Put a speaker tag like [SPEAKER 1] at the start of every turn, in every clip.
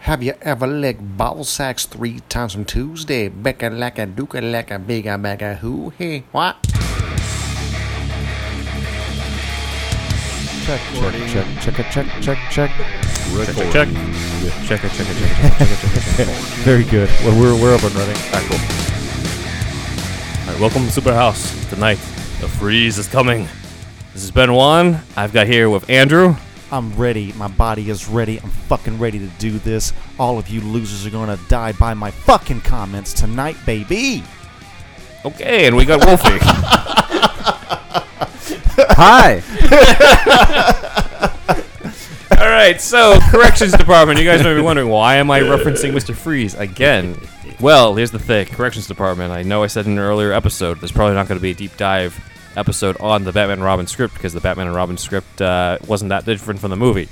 [SPEAKER 1] Have you ever licked ball sacks three times on Tuesday? Becca lacka dooka lacka bigga bagga who hey what?
[SPEAKER 2] Check, check, check, check, it, check, check, check.
[SPEAKER 3] Check, check, check. Check it, check it, check it, check it, check it, check it. All
[SPEAKER 2] Very good. Well, we're, we're up and running.
[SPEAKER 3] right, cool. All right, welcome to Super House. Tonight, the freeze is coming. This is Ben Juan. I've got here with Andrew.
[SPEAKER 2] I'm ready. My body is ready. I'm fucking ready to do this. All of you losers are going to die by my fucking comments tonight, baby.
[SPEAKER 3] Okay, and we got Wolfie.
[SPEAKER 4] Hi.
[SPEAKER 3] All right, so corrections department. You guys might be wondering why am I referencing Mr. Freeze again? Well, here's the thing. Corrections department. I know I said in an earlier episode there's probably not going to be a deep dive episode on the Batman and Robin script because the Batman and Robin script uh, wasn't that different from the movie.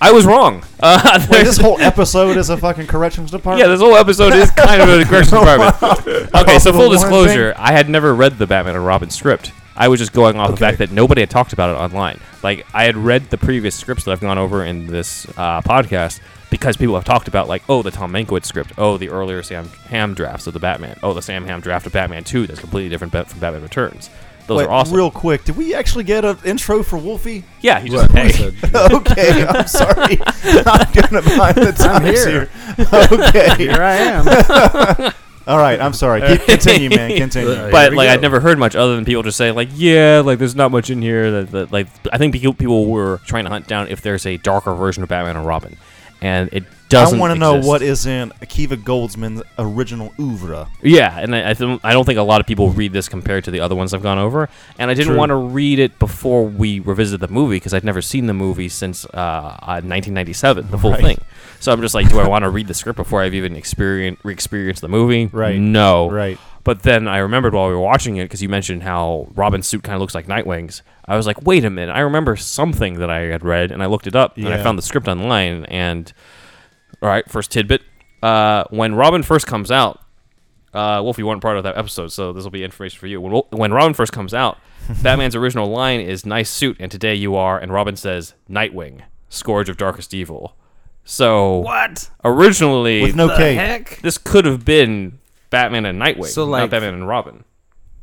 [SPEAKER 3] I was wrong. Uh,
[SPEAKER 2] Wait, this
[SPEAKER 3] there's-
[SPEAKER 2] whole episode is a fucking corrections department?
[SPEAKER 3] Yeah, this whole episode is kind of a corrections department. Okay, so
[SPEAKER 2] The
[SPEAKER 3] full
[SPEAKER 2] one
[SPEAKER 3] disclosure, I had never read the Batman and Robin script. I was just going off the fact that nobody had talked about it online. Like I had read the previous scripts that I've gone over in this uh, podcast because people have talked about like, oh, the Tom Mankiewicz script, oh, the earlier Sam Ham drafts of the Batman, oh, the Sam Ham draft of Batman Two that's completely different ba- from Batman Returns. Those
[SPEAKER 2] Wait,
[SPEAKER 3] are awesome.
[SPEAKER 2] real quick. Did we actually get an intro for Wolfie?
[SPEAKER 3] yeah, he just hey.
[SPEAKER 2] okay, I'm sorry. Not going to mind the time
[SPEAKER 4] here.
[SPEAKER 2] Okay.
[SPEAKER 4] Here I am.
[SPEAKER 2] All right, I'm sorry. Keep, continue, man. Continue.
[SPEAKER 3] but
[SPEAKER 4] we
[SPEAKER 3] like
[SPEAKER 4] go.
[SPEAKER 3] I'd never heard much other than people just say like yeah like there's not much in here that, that like I think people people were trying to hunt down if there's a darker version of Batman and Robin, and it doesn't.
[SPEAKER 2] I want to know
[SPEAKER 3] exist.
[SPEAKER 2] what is in Akiva Goldsman's original oeuvre.
[SPEAKER 3] Yeah, and I I, th- I don't think a lot of people read this compared to the other ones I've gone over, and I didn't
[SPEAKER 2] True.
[SPEAKER 3] want to read it before we revisited the movie because I'd never seen the movie since uh, uh, 1997, the full
[SPEAKER 2] Right.
[SPEAKER 3] thing. So I'm just like, do I want to read the script before I've even experienced re-experienced the movie?
[SPEAKER 2] Right.
[SPEAKER 3] No.
[SPEAKER 2] Right.
[SPEAKER 3] But then I remembered while we were watching it because you mentioned how Robin's suit kind of looks like Nightwing's. I was like, wait a minute, I remember something that I had read, and I looked it up and I
[SPEAKER 2] Yeah.
[SPEAKER 3] found the script online. And all right, first tidbit: uh, when Robin first comes out, uh, Wolf, you weren't part of that episode, so this will be information for you. When, Wol- when Robin first comes out, Batman's original line is "Nice suit," and today you are. And Robin says, "Nightwing, scourge of darkest evil." So
[SPEAKER 4] What?
[SPEAKER 3] originally,
[SPEAKER 2] With no K.
[SPEAKER 3] this could have been Batman and Nightwing,
[SPEAKER 4] So,
[SPEAKER 3] not
[SPEAKER 4] like-
[SPEAKER 3] Batman and Robin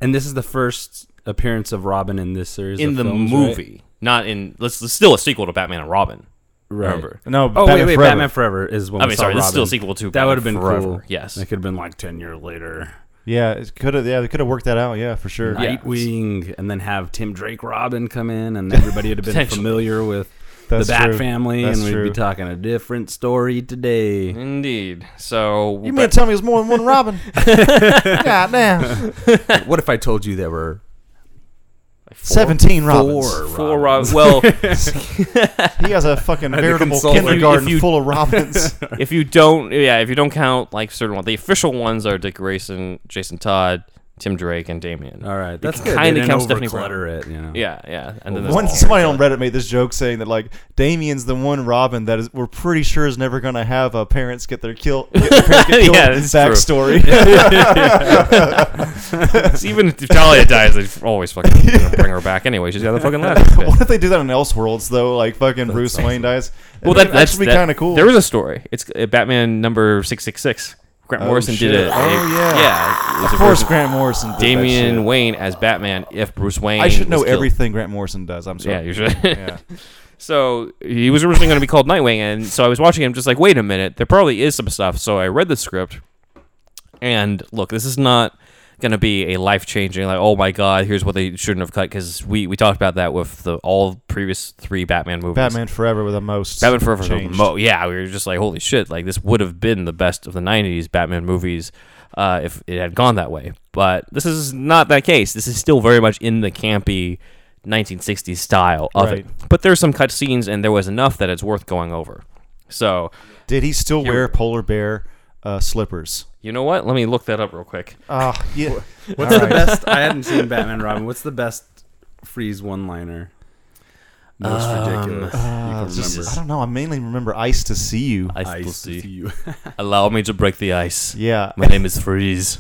[SPEAKER 4] And this is the first appearance of Robin in this series.
[SPEAKER 3] in
[SPEAKER 4] of
[SPEAKER 3] the
[SPEAKER 4] films,
[SPEAKER 3] movie, not in. Let's, it's still a sequel to Batman and Robin.
[SPEAKER 4] Right?
[SPEAKER 3] Remember?
[SPEAKER 2] No,
[SPEAKER 4] Oh
[SPEAKER 2] Batman
[SPEAKER 4] wait, wait.
[SPEAKER 2] Forever.
[SPEAKER 4] Batman Forever is when
[SPEAKER 3] I
[SPEAKER 4] we
[SPEAKER 3] mean,
[SPEAKER 4] saw
[SPEAKER 3] sorry, this is still a
[SPEAKER 4] Robin.
[SPEAKER 3] sequel to
[SPEAKER 4] That
[SPEAKER 3] Batman
[SPEAKER 4] would have been
[SPEAKER 3] Forever.
[SPEAKER 4] cool.
[SPEAKER 3] Yes.
[SPEAKER 4] That could have been like ten year later.
[SPEAKER 2] Yeah, it could have. Yeah, they could have worked that out. Yeah, for sure.
[SPEAKER 3] Yeah.
[SPEAKER 4] Nightwing, and then have Tim Drake Robin come in, and everybody would have been
[SPEAKER 3] Potentially.
[SPEAKER 4] familiar with
[SPEAKER 2] That's
[SPEAKER 4] the Bat
[SPEAKER 2] true.
[SPEAKER 4] Family,
[SPEAKER 2] That's
[SPEAKER 4] and we'd
[SPEAKER 2] true.
[SPEAKER 4] be talking a different story today.
[SPEAKER 3] Indeed. So
[SPEAKER 2] You mean to tell me there's more than one Robin? God damn.
[SPEAKER 4] what if I told you there were
[SPEAKER 3] like four-
[SPEAKER 2] 17 Robins.
[SPEAKER 4] four,
[SPEAKER 3] Four
[SPEAKER 4] Robins?
[SPEAKER 3] Robins. Well,
[SPEAKER 2] He has a fucking
[SPEAKER 4] As a
[SPEAKER 2] veritable
[SPEAKER 4] consultant.
[SPEAKER 2] kindergarten
[SPEAKER 3] If you-
[SPEAKER 2] full of Robins.
[SPEAKER 3] if you don't, yeah, if you don't count like certain ones, the official ones are Dick Grayson, Jason Todd, Tim Drake, and Damien.
[SPEAKER 4] All right, that's
[SPEAKER 3] You
[SPEAKER 4] good.
[SPEAKER 3] kinda
[SPEAKER 4] Kind of
[SPEAKER 3] count
[SPEAKER 4] counts
[SPEAKER 3] Stephanie
[SPEAKER 4] Stephanie
[SPEAKER 3] Brown.
[SPEAKER 4] clutter it, you know.
[SPEAKER 3] Yeah, yeah. And then there's
[SPEAKER 2] One,
[SPEAKER 3] all-
[SPEAKER 2] somebody on Reddit made this joke saying that, like, Damien's the one Robin that is, we're pretty sure is never going to have uh, parents get their kill. Get their parents get killed
[SPEAKER 3] Yeah, that's true.
[SPEAKER 2] backstory.
[SPEAKER 3] It's even if Talia dies, they always fucking bring her back anyway. She's got the fucking last.
[SPEAKER 2] what if they do that in Elseworlds, though? Like, fucking Bruce Wayne dies?
[SPEAKER 3] Well,
[SPEAKER 2] That'd
[SPEAKER 3] that,
[SPEAKER 2] be-
[SPEAKER 3] that's
[SPEAKER 2] actually be
[SPEAKER 3] that-
[SPEAKER 2] kind of cool.
[SPEAKER 3] There is a story. It's uh, Batman number six six six. Grant
[SPEAKER 2] Oh,
[SPEAKER 3] Morrison
[SPEAKER 2] shit.
[SPEAKER 3] did it.
[SPEAKER 2] Oh, yeah.
[SPEAKER 3] yeah. it was
[SPEAKER 2] of
[SPEAKER 3] a
[SPEAKER 2] course,
[SPEAKER 3] version-
[SPEAKER 2] Grant Morrison did that
[SPEAKER 3] Damian
[SPEAKER 2] shit.
[SPEAKER 3] Wayne as Batman if Bruce Wayne.
[SPEAKER 2] I should know
[SPEAKER 3] was killed.
[SPEAKER 2] everything Grant Morrison does. I'm sorry.
[SPEAKER 3] Yeah, you should. so he was originally going to be called Nightwing, and so I was watching him, just like, wait a minute, there probably is some stuff. So I read the script, and look, this is not going to be a life changing. Like, oh my god, here's what they shouldn't have cut because we we talked about that with the all previous three Batman movies.
[SPEAKER 2] Batman Forever with the most.
[SPEAKER 3] Batman Forever was the
[SPEAKER 2] changed.
[SPEAKER 3] mo- yeah, we were just like, holy shit, like this would have been the best of the '90s Batman movies uh, if it had gone that way. But this is not that case. This is still very much in the campy 1960s style of
[SPEAKER 2] Right.
[SPEAKER 3] it. But there's some cut scenes, and there was enough that it's worth going over. So
[SPEAKER 2] Did he still
[SPEAKER 3] Here-
[SPEAKER 2] wear polar bear uh, slippers?
[SPEAKER 3] you know what? Let me look that up real quick.
[SPEAKER 2] Ah, yeah.
[SPEAKER 4] What's the best? I hadn't seen Batman Robin. What's the best freeze one liner? Most ridiculous. you
[SPEAKER 2] Uh,
[SPEAKER 4] can
[SPEAKER 2] just-
[SPEAKER 4] remember.
[SPEAKER 2] I don't know. I mainly remember Ice to see you.
[SPEAKER 3] I
[SPEAKER 4] I
[SPEAKER 3] still
[SPEAKER 4] see.
[SPEAKER 3] see.
[SPEAKER 4] you.
[SPEAKER 3] Allow me to break the ice.
[SPEAKER 2] Yeah.
[SPEAKER 3] My name is Freeze.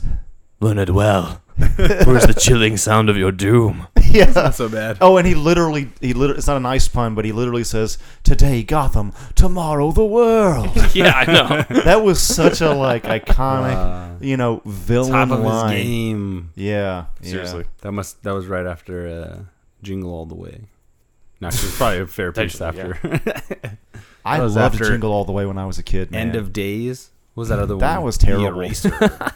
[SPEAKER 3] Learn it well. Where's the chilling sound of your doom?
[SPEAKER 2] yeah.
[SPEAKER 4] Not so bad.
[SPEAKER 2] Oh, and he literally, he literally, it's not a nice pun, but he literally says, "Today Gotham, tomorrow the world."
[SPEAKER 3] yeah, I know.
[SPEAKER 2] that was such a like iconic, you know, villain
[SPEAKER 4] Top of
[SPEAKER 2] line.
[SPEAKER 4] his game.
[SPEAKER 2] Yeah, yeah.
[SPEAKER 3] Seriously.
[SPEAKER 4] That must. That was right after uh, Jingle All the Way. No, actually, it was probably a fair piece
[SPEAKER 3] Potentially,
[SPEAKER 4] after
[SPEAKER 2] I
[SPEAKER 4] That was
[SPEAKER 2] loved
[SPEAKER 4] after-
[SPEAKER 2] Jingle All the Way when I was a kid. Man.
[SPEAKER 4] End of Days. What was that other one?
[SPEAKER 2] That was
[SPEAKER 4] The
[SPEAKER 2] terrible.
[SPEAKER 4] Eraser.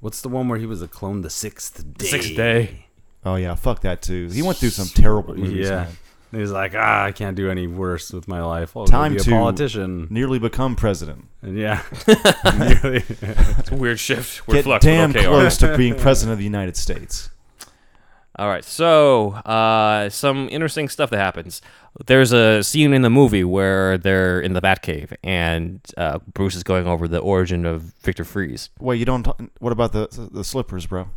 [SPEAKER 4] What's the one where he was a clone? The sixth day.
[SPEAKER 3] Sixth Day.
[SPEAKER 2] Oh yeah, fuck that too. He went through some terrible movies.
[SPEAKER 4] Yeah.
[SPEAKER 2] man.
[SPEAKER 4] And He's like, ah, I can't do any worse with my life. I'll
[SPEAKER 2] Time
[SPEAKER 4] Time be a
[SPEAKER 2] to-
[SPEAKER 4] politician.
[SPEAKER 2] nearly become president.
[SPEAKER 4] And yeah.
[SPEAKER 3] It's a weird shift. We're
[SPEAKER 2] Get
[SPEAKER 3] flux. but
[SPEAKER 2] damn
[SPEAKER 3] okay, all right.
[SPEAKER 2] close to being president of the United States.
[SPEAKER 3] All right, so uh, some interesting stuff that happens. There's a scene in the movie where they're in the Batcave, and uh, Bruce is going over the origin of Victor Freeze.
[SPEAKER 2] Wait, you don't. Talk, what about the the slippers, bro?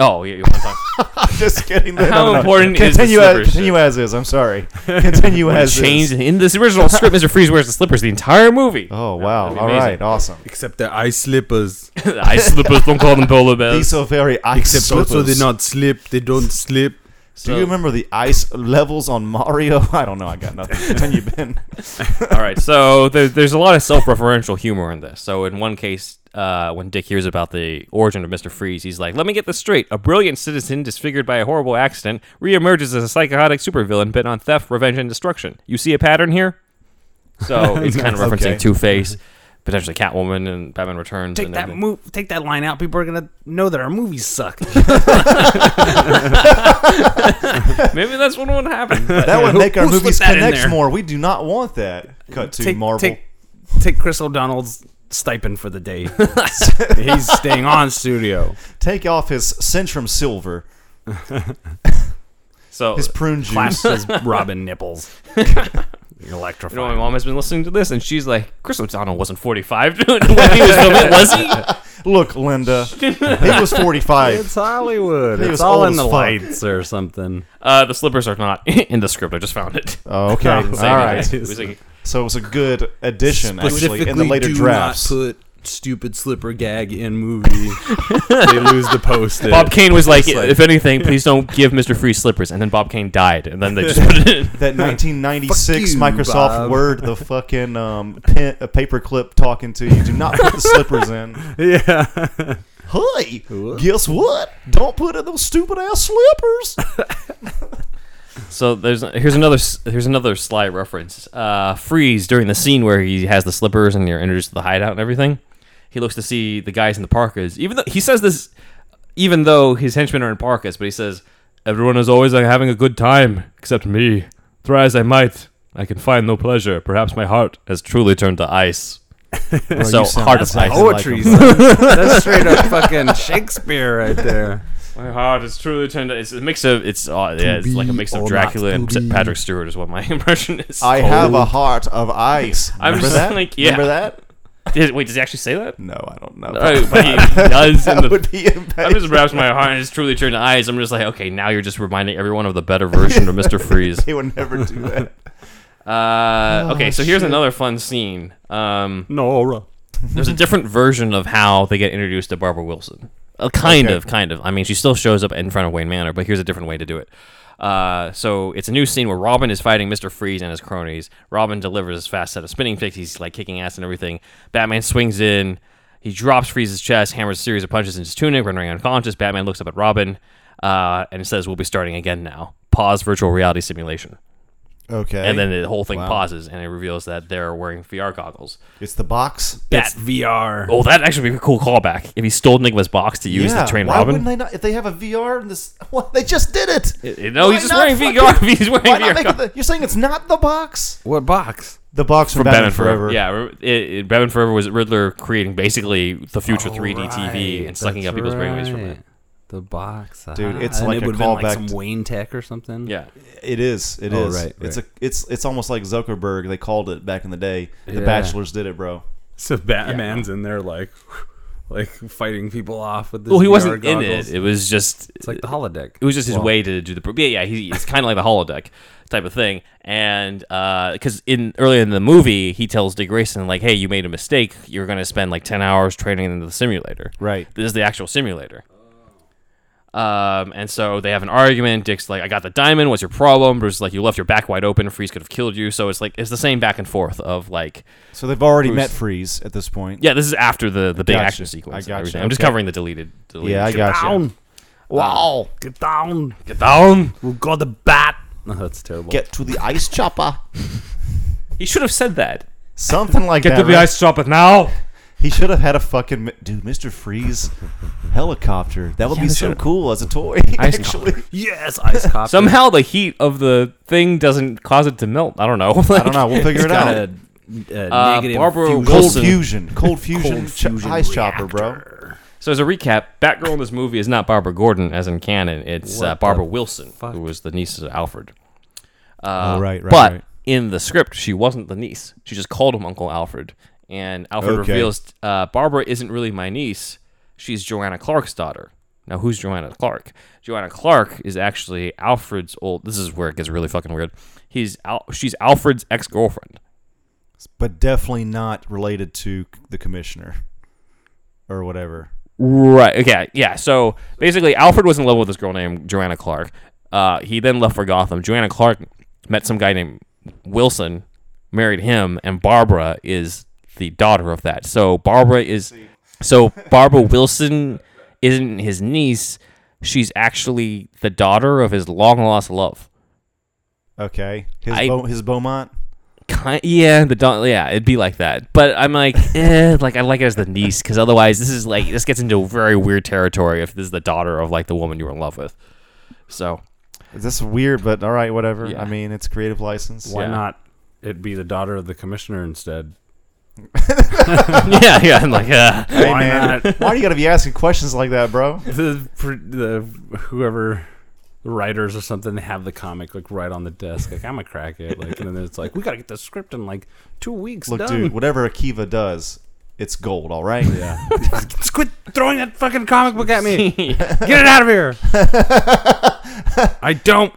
[SPEAKER 3] Oh, yeah, you want to talk?
[SPEAKER 2] Just kidding. No,
[SPEAKER 3] How
[SPEAKER 2] no, no.
[SPEAKER 3] important is the
[SPEAKER 2] continue
[SPEAKER 3] slippers?
[SPEAKER 2] as, continue as is. I'm sorry. Continue as
[SPEAKER 3] Changed
[SPEAKER 2] is.
[SPEAKER 3] in this original script, Mister Freeze wears the slippers the entire movie.
[SPEAKER 2] Oh wow!
[SPEAKER 3] That'd be
[SPEAKER 2] All
[SPEAKER 3] amazing.
[SPEAKER 2] right, awesome.
[SPEAKER 4] Except the eye slippers.
[SPEAKER 3] The ice slippers don't call them polar bears.
[SPEAKER 2] These are very ice
[SPEAKER 4] Except also
[SPEAKER 2] slippers.
[SPEAKER 4] they not slip. They don't slip.
[SPEAKER 2] Do you remember the ice levels on Mario? I don't know. I got nothing. Continue, Ben.
[SPEAKER 3] All right, so there, there's a lot of self-referential humor in this. So in one case, uh, when Dick hears about the origin of Mister Freeze, he's like, "Let me get this straight: a brilliant citizen disfigured by a horrible accident reemerges as a psychotic supervillain bent on theft, revenge, and destruction. You see a pattern here." So it's kind of referencing
[SPEAKER 2] Okay.
[SPEAKER 3] Two Face, potentially Catwoman, and Batman Returns.
[SPEAKER 4] Take
[SPEAKER 3] and
[SPEAKER 4] that
[SPEAKER 3] everything.
[SPEAKER 4] move. Take that line out. People are gonna know that our movies suck.
[SPEAKER 3] Maybe that's what would happen.
[SPEAKER 2] That would make our
[SPEAKER 4] who slipped
[SPEAKER 2] movies
[SPEAKER 4] that in
[SPEAKER 2] connect
[SPEAKER 4] there?
[SPEAKER 2] more. We do not want that. Cut to
[SPEAKER 4] take,
[SPEAKER 2] Marvel.
[SPEAKER 4] Take, take Chris O'Donnell's stipend for the day. He's staying on studio.
[SPEAKER 2] Take off his Centrum Silver,
[SPEAKER 3] So
[SPEAKER 2] his prune juice.
[SPEAKER 4] Flash says Robin nipples. Electrified.
[SPEAKER 3] You know, my mom has been listening to this, and she's like, "Chris O'Donnell wasn't 45 when he was filming, was he?"
[SPEAKER 2] Look, Linda, he was 45.
[SPEAKER 4] It's Hollywood.
[SPEAKER 2] He
[SPEAKER 4] It's
[SPEAKER 2] was
[SPEAKER 4] all
[SPEAKER 2] old
[SPEAKER 4] in
[SPEAKER 2] as
[SPEAKER 4] the
[SPEAKER 2] fuck.
[SPEAKER 4] lights or something.
[SPEAKER 3] Uh, the slippers are not in the script. I just found it.
[SPEAKER 2] Oh, okay. All
[SPEAKER 3] Saying it,
[SPEAKER 2] right.
[SPEAKER 3] it was like-
[SPEAKER 2] So it was a good addition, actually, in the later drafts.
[SPEAKER 4] put stupid slipper gag in movie. they lose the post.
[SPEAKER 3] Bob Kane was like,
[SPEAKER 4] It's like-
[SPEAKER 3] if anything, please don't give Mr. Free slippers. And then Bob Kane died, and then they just put it in.
[SPEAKER 2] that 1996
[SPEAKER 4] Fuck you,
[SPEAKER 2] Microsoft
[SPEAKER 4] Bob.
[SPEAKER 2] Word, the fucking um, pen, a paperclip talking to you. Do not put the slippers in.
[SPEAKER 4] Yeah.
[SPEAKER 2] Hey,
[SPEAKER 4] What?
[SPEAKER 2] guess what? Don't put in those stupid ass slippers.
[SPEAKER 3] So there's here's another s- here's another sly reference. Uh, Freeze during the scene where he has the slippers and you're introduced to the hideout and everything. He looks to see the guys in the parkas. Even though he says this, even though his henchmen are in parkas, but he says everyone is always like, having a good time except me. Try as I might, I can find no pleasure. Perhaps my heart has truly turned to ice. so hard to find.
[SPEAKER 4] Poetry. son. That's straight up fucking Shakespeare right there.
[SPEAKER 3] My heart is truly turned. It's a mix of it's uh, yeah, it's like a mix
[SPEAKER 4] or
[SPEAKER 3] of
[SPEAKER 4] not
[SPEAKER 3] Dracula and
[SPEAKER 4] to be.
[SPEAKER 3] Patrick Stewart is what my impression is.
[SPEAKER 2] I have a heart of ice.
[SPEAKER 3] I'm
[SPEAKER 2] Remember
[SPEAKER 3] just
[SPEAKER 2] that?
[SPEAKER 3] like, yeah.
[SPEAKER 2] Remember that?
[SPEAKER 3] Did- wait, does he actually say that?
[SPEAKER 2] No, I don't know.
[SPEAKER 3] Oh, but he does. In
[SPEAKER 2] that
[SPEAKER 3] the,
[SPEAKER 2] would be
[SPEAKER 3] I'm
[SPEAKER 2] amazing.
[SPEAKER 3] just wraps my heart and it's truly turned to eyes. I'm just like, okay, now you're just reminding everyone of the better version of Mister Freeze.
[SPEAKER 2] They would never do that.
[SPEAKER 3] Uh, okay,
[SPEAKER 4] Oh,
[SPEAKER 3] so here's another fun scene. Um,
[SPEAKER 4] Nora.
[SPEAKER 3] there's a different version of how they get introduced to Barbara Wilson. Uh, kind of, kind of. I mean, she still shows up in front of Wayne Manor, but here's a different way to do it. Uh, so it's a new scene where Robin is fighting Mr. Freeze and his cronies. Robin delivers his fast set of spinning kicks. He's like kicking ass and everything. Batman swings in. He drops Freeze's chest, hammers a series of punches in his tunic, rendering unconscious. Batman looks up at Robin uh, and says, "We'll be starting again now." Pause virtual reality simulation,
[SPEAKER 2] Okay.
[SPEAKER 3] and then the whole thing
[SPEAKER 2] Wow.
[SPEAKER 3] pauses, and it reveals that they're wearing VR goggles.
[SPEAKER 2] it's the box.
[SPEAKER 4] That's VR.
[SPEAKER 3] Oh, that'd actually be a cool callback if he stole Enigma's box to use
[SPEAKER 2] yeah.
[SPEAKER 3] to train
[SPEAKER 2] why
[SPEAKER 3] Robin.
[SPEAKER 2] wouldn't they not? If they have a VR and this, what? They just did it.
[SPEAKER 3] You know,
[SPEAKER 2] Why
[SPEAKER 3] he's just
[SPEAKER 2] not
[SPEAKER 3] wearing
[SPEAKER 2] fucking-
[SPEAKER 3] VR. He's wearing
[SPEAKER 2] Why not
[SPEAKER 3] VR.
[SPEAKER 2] make it the, you're saying it's not the box?
[SPEAKER 4] What box?
[SPEAKER 2] The box from,
[SPEAKER 3] Batman Forever. Yeah, re- it, it, Batman Forever was Riddler creating basically the
[SPEAKER 2] Oh,
[SPEAKER 3] future 3D TV and sucking up people's brainwaves from it.
[SPEAKER 4] The box,
[SPEAKER 2] Dude,
[SPEAKER 4] ah.
[SPEAKER 2] it's
[SPEAKER 4] And
[SPEAKER 2] like
[SPEAKER 4] it
[SPEAKER 2] a
[SPEAKER 4] would've been like
[SPEAKER 2] callback
[SPEAKER 4] some
[SPEAKER 2] to-
[SPEAKER 4] Wayne Tech or something.
[SPEAKER 3] Yeah.
[SPEAKER 2] It is. It is.
[SPEAKER 4] Oh, right,
[SPEAKER 2] It's a.
[SPEAKER 4] right.
[SPEAKER 2] It's it's almost like Zuckerberg. They called it back in the day. The
[SPEAKER 4] Yeah.
[SPEAKER 2] Bachelors did it, bro.
[SPEAKER 4] So Batman's in there, like, like fighting people off with this.
[SPEAKER 3] Well, he wasn't in it. It was just.
[SPEAKER 4] It's like the holodeck.
[SPEAKER 3] It was just his way to do the. pro- Yeah, yeah. He, it's kind of like the holodeck type of thing. And because in earlier in the movie, he tells Dick Grayson like, "Hey, you made a mistake. You're going to spend like ten hours training in the simulator.
[SPEAKER 2] Right.
[SPEAKER 3] This is the actual simulator." Um, and so they have an argument. Dick's like, "I got the diamond. What's your problem?" Bruce's like, "You left your back wide open. Freeze could have killed you." So it's like it's the same back and forth of like,
[SPEAKER 2] So they've already
[SPEAKER 3] Bruce-
[SPEAKER 2] met Freeze at this point.
[SPEAKER 3] yeah, this is after the the big
[SPEAKER 2] Gotcha.
[SPEAKER 3] action sequence.
[SPEAKER 2] I gotcha.
[SPEAKER 3] and everything. I'm just
[SPEAKER 2] Okay.
[SPEAKER 3] covering the deleted. deleted
[SPEAKER 2] Yeah, I
[SPEAKER 3] shit.
[SPEAKER 2] gotcha.
[SPEAKER 4] Down.
[SPEAKER 1] Wow.
[SPEAKER 4] Get down.
[SPEAKER 3] Get down.
[SPEAKER 4] We've got the bat. No, that's terrible.
[SPEAKER 2] Get to the ice chopper.
[SPEAKER 3] He should have said that.
[SPEAKER 2] Something like that. right?
[SPEAKER 3] chopper now.
[SPEAKER 2] He should have had a fucking mi- dude, Mr. Freeze helicopter. That would be so cool as a toy.
[SPEAKER 3] Ice
[SPEAKER 2] actually,
[SPEAKER 4] yes, ice copter.
[SPEAKER 3] Somehow the heat of the thing doesn't cause it to melt. I don't know.
[SPEAKER 2] I don't know. We'll figure it
[SPEAKER 4] got
[SPEAKER 2] out.
[SPEAKER 4] a, a
[SPEAKER 3] Uh,
[SPEAKER 4] negative
[SPEAKER 3] Barbara
[SPEAKER 4] fusion-
[SPEAKER 3] Gold-
[SPEAKER 2] Cold
[SPEAKER 3] Wilson.
[SPEAKER 2] fusion, cold fusion,
[SPEAKER 4] cold
[SPEAKER 2] cho-
[SPEAKER 4] fusion
[SPEAKER 2] ice chopper, bro.
[SPEAKER 4] reactor.
[SPEAKER 3] So as a recap, Batgirl in this movie is not Barbara Gordon, as in canon. It's
[SPEAKER 4] What
[SPEAKER 3] uh, Barbara
[SPEAKER 4] the
[SPEAKER 3] Wilson,
[SPEAKER 4] fuck?
[SPEAKER 3] who was the niece of Alfred. Uh,
[SPEAKER 2] Oh, right, right,
[SPEAKER 3] But
[SPEAKER 2] right.
[SPEAKER 3] in the script, she wasn't the niece. She just called him Uncle Alfred, and Alfred
[SPEAKER 2] Okay.
[SPEAKER 3] reveals uh, Barbara isn't really my niece. She's Joanna Clark's daughter. Now, who's Joanna Clark? Joanna Clark is actually Alfred's old. This is where it gets really fucking weird. He's Al- she's Alfred's ex girlfriend.
[SPEAKER 2] But definitely not related to c- the commissioner or whatever.
[SPEAKER 3] Right. Okay. Yeah. So basically, Alfred was in love with this girl named Joanna Clark. Uh, he then left for Gotham. Joanna Clark met some guy named Wilson, married him, and Barbara is the daughter of that. So Barbara is. So Barbara Wilson isn't his niece. She's actually the daughter of his long lost love.
[SPEAKER 2] Okay, his
[SPEAKER 3] I-
[SPEAKER 2] Beau- his Beaumont.
[SPEAKER 3] Kind, yeah, the daughter. Yeah, it'd be like that. But I'm like, eh, like I like it as the niece because otherwise, this is like this gets into very weird territory if this is the daughter of like the woman you were in love with. So
[SPEAKER 2] That's weird, but all right, whatever.
[SPEAKER 3] Yeah.
[SPEAKER 2] I mean, it's creative license.
[SPEAKER 4] Why
[SPEAKER 3] Yeah.
[SPEAKER 4] not? It be the daughter of the commissioner instead.
[SPEAKER 3] yeah, yeah, I'm like, uh,
[SPEAKER 2] Hey,
[SPEAKER 4] Why
[SPEAKER 2] man,
[SPEAKER 4] not?
[SPEAKER 2] why do you gotta be asking questions like that, bro?
[SPEAKER 4] The pr- the whoever the writers or something they have the comic like right on the desk. Like I'm a crackhead. Like and then it's like we gotta get the script in like two weeks.
[SPEAKER 2] Look,
[SPEAKER 4] done.
[SPEAKER 2] dude, whatever Akiva does, it's gold. All right.
[SPEAKER 4] Yeah. Just Quit throwing that fucking comic book at me. Get it out of here. I don't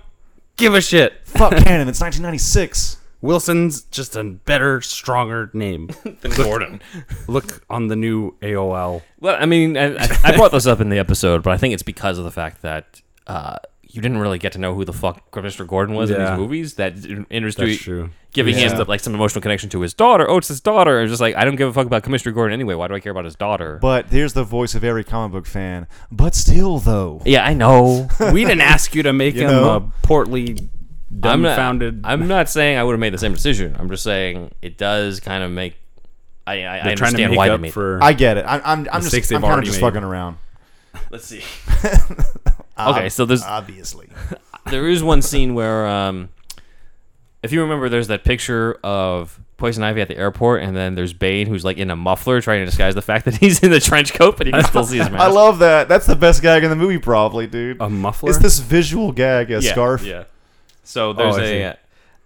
[SPEAKER 4] give a shit.
[SPEAKER 2] Fuck canon. It's 1996.
[SPEAKER 4] Wilson's just a better, stronger name.
[SPEAKER 3] Gordon.
[SPEAKER 4] Look on the new AOL.
[SPEAKER 3] Well, I mean, I, I- I brought this up in the episode, but I think it's because of the fact that uh, you didn't really get to know who the fuck Mr. Gordon was in
[SPEAKER 4] Yeah.
[SPEAKER 3] these movies. That industry
[SPEAKER 4] That's true.
[SPEAKER 3] giving him like some emotional connection to his daughter. Oh, it's his daughter. It's just like I don't give a fuck about Commissioner Gordon anyway. Why do I care about his daughter?
[SPEAKER 2] But there's the voice of every comic book fan. But still, though,
[SPEAKER 3] yeah, I know.
[SPEAKER 4] We didn't ask you to make him
[SPEAKER 2] know?
[SPEAKER 4] a portly,
[SPEAKER 3] I'm not,
[SPEAKER 4] dumbfounded.
[SPEAKER 3] I'm not saying I would have made the same decision. I'm just saying it does kind of make. I, I, I
[SPEAKER 4] They're trying to
[SPEAKER 3] understand
[SPEAKER 4] make
[SPEAKER 3] why they
[SPEAKER 4] up
[SPEAKER 3] made.
[SPEAKER 4] for.
[SPEAKER 2] I get it. I'm, I'm, I'm
[SPEAKER 4] Mistakes
[SPEAKER 2] just,
[SPEAKER 4] they've
[SPEAKER 2] I'm kind of
[SPEAKER 4] already
[SPEAKER 2] just
[SPEAKER 4] made.
[SPEAKER 2] fucking around.
[SPEAKER 3] Let's see.
[SPEAKER 2] Um,
[SPEAKER 3] okay, so there's
[SPEAKER 2] uh, Obviously.
[SPEAKER 3] there is one scene where, um, if you remember, there's that picture of Poison Ivy at the airport, and then there's Bane who's like in a muffler trying to disguise the fact that he's in the trench coat, but he can still see his mask.
[SPEAKER 2] I love that. That's the best gag in the movie, probably, dude.
[SPEAKER 4] a muffler.
[SPEAKER 2] it's this visual gag, a
[SPEAKER 3] yeah,
[SPEAKER 2] scarf.
[SPEAKER 3] Yeah. So there's
[SPEAKER 4] Oh, I
[SPEAKER 3] a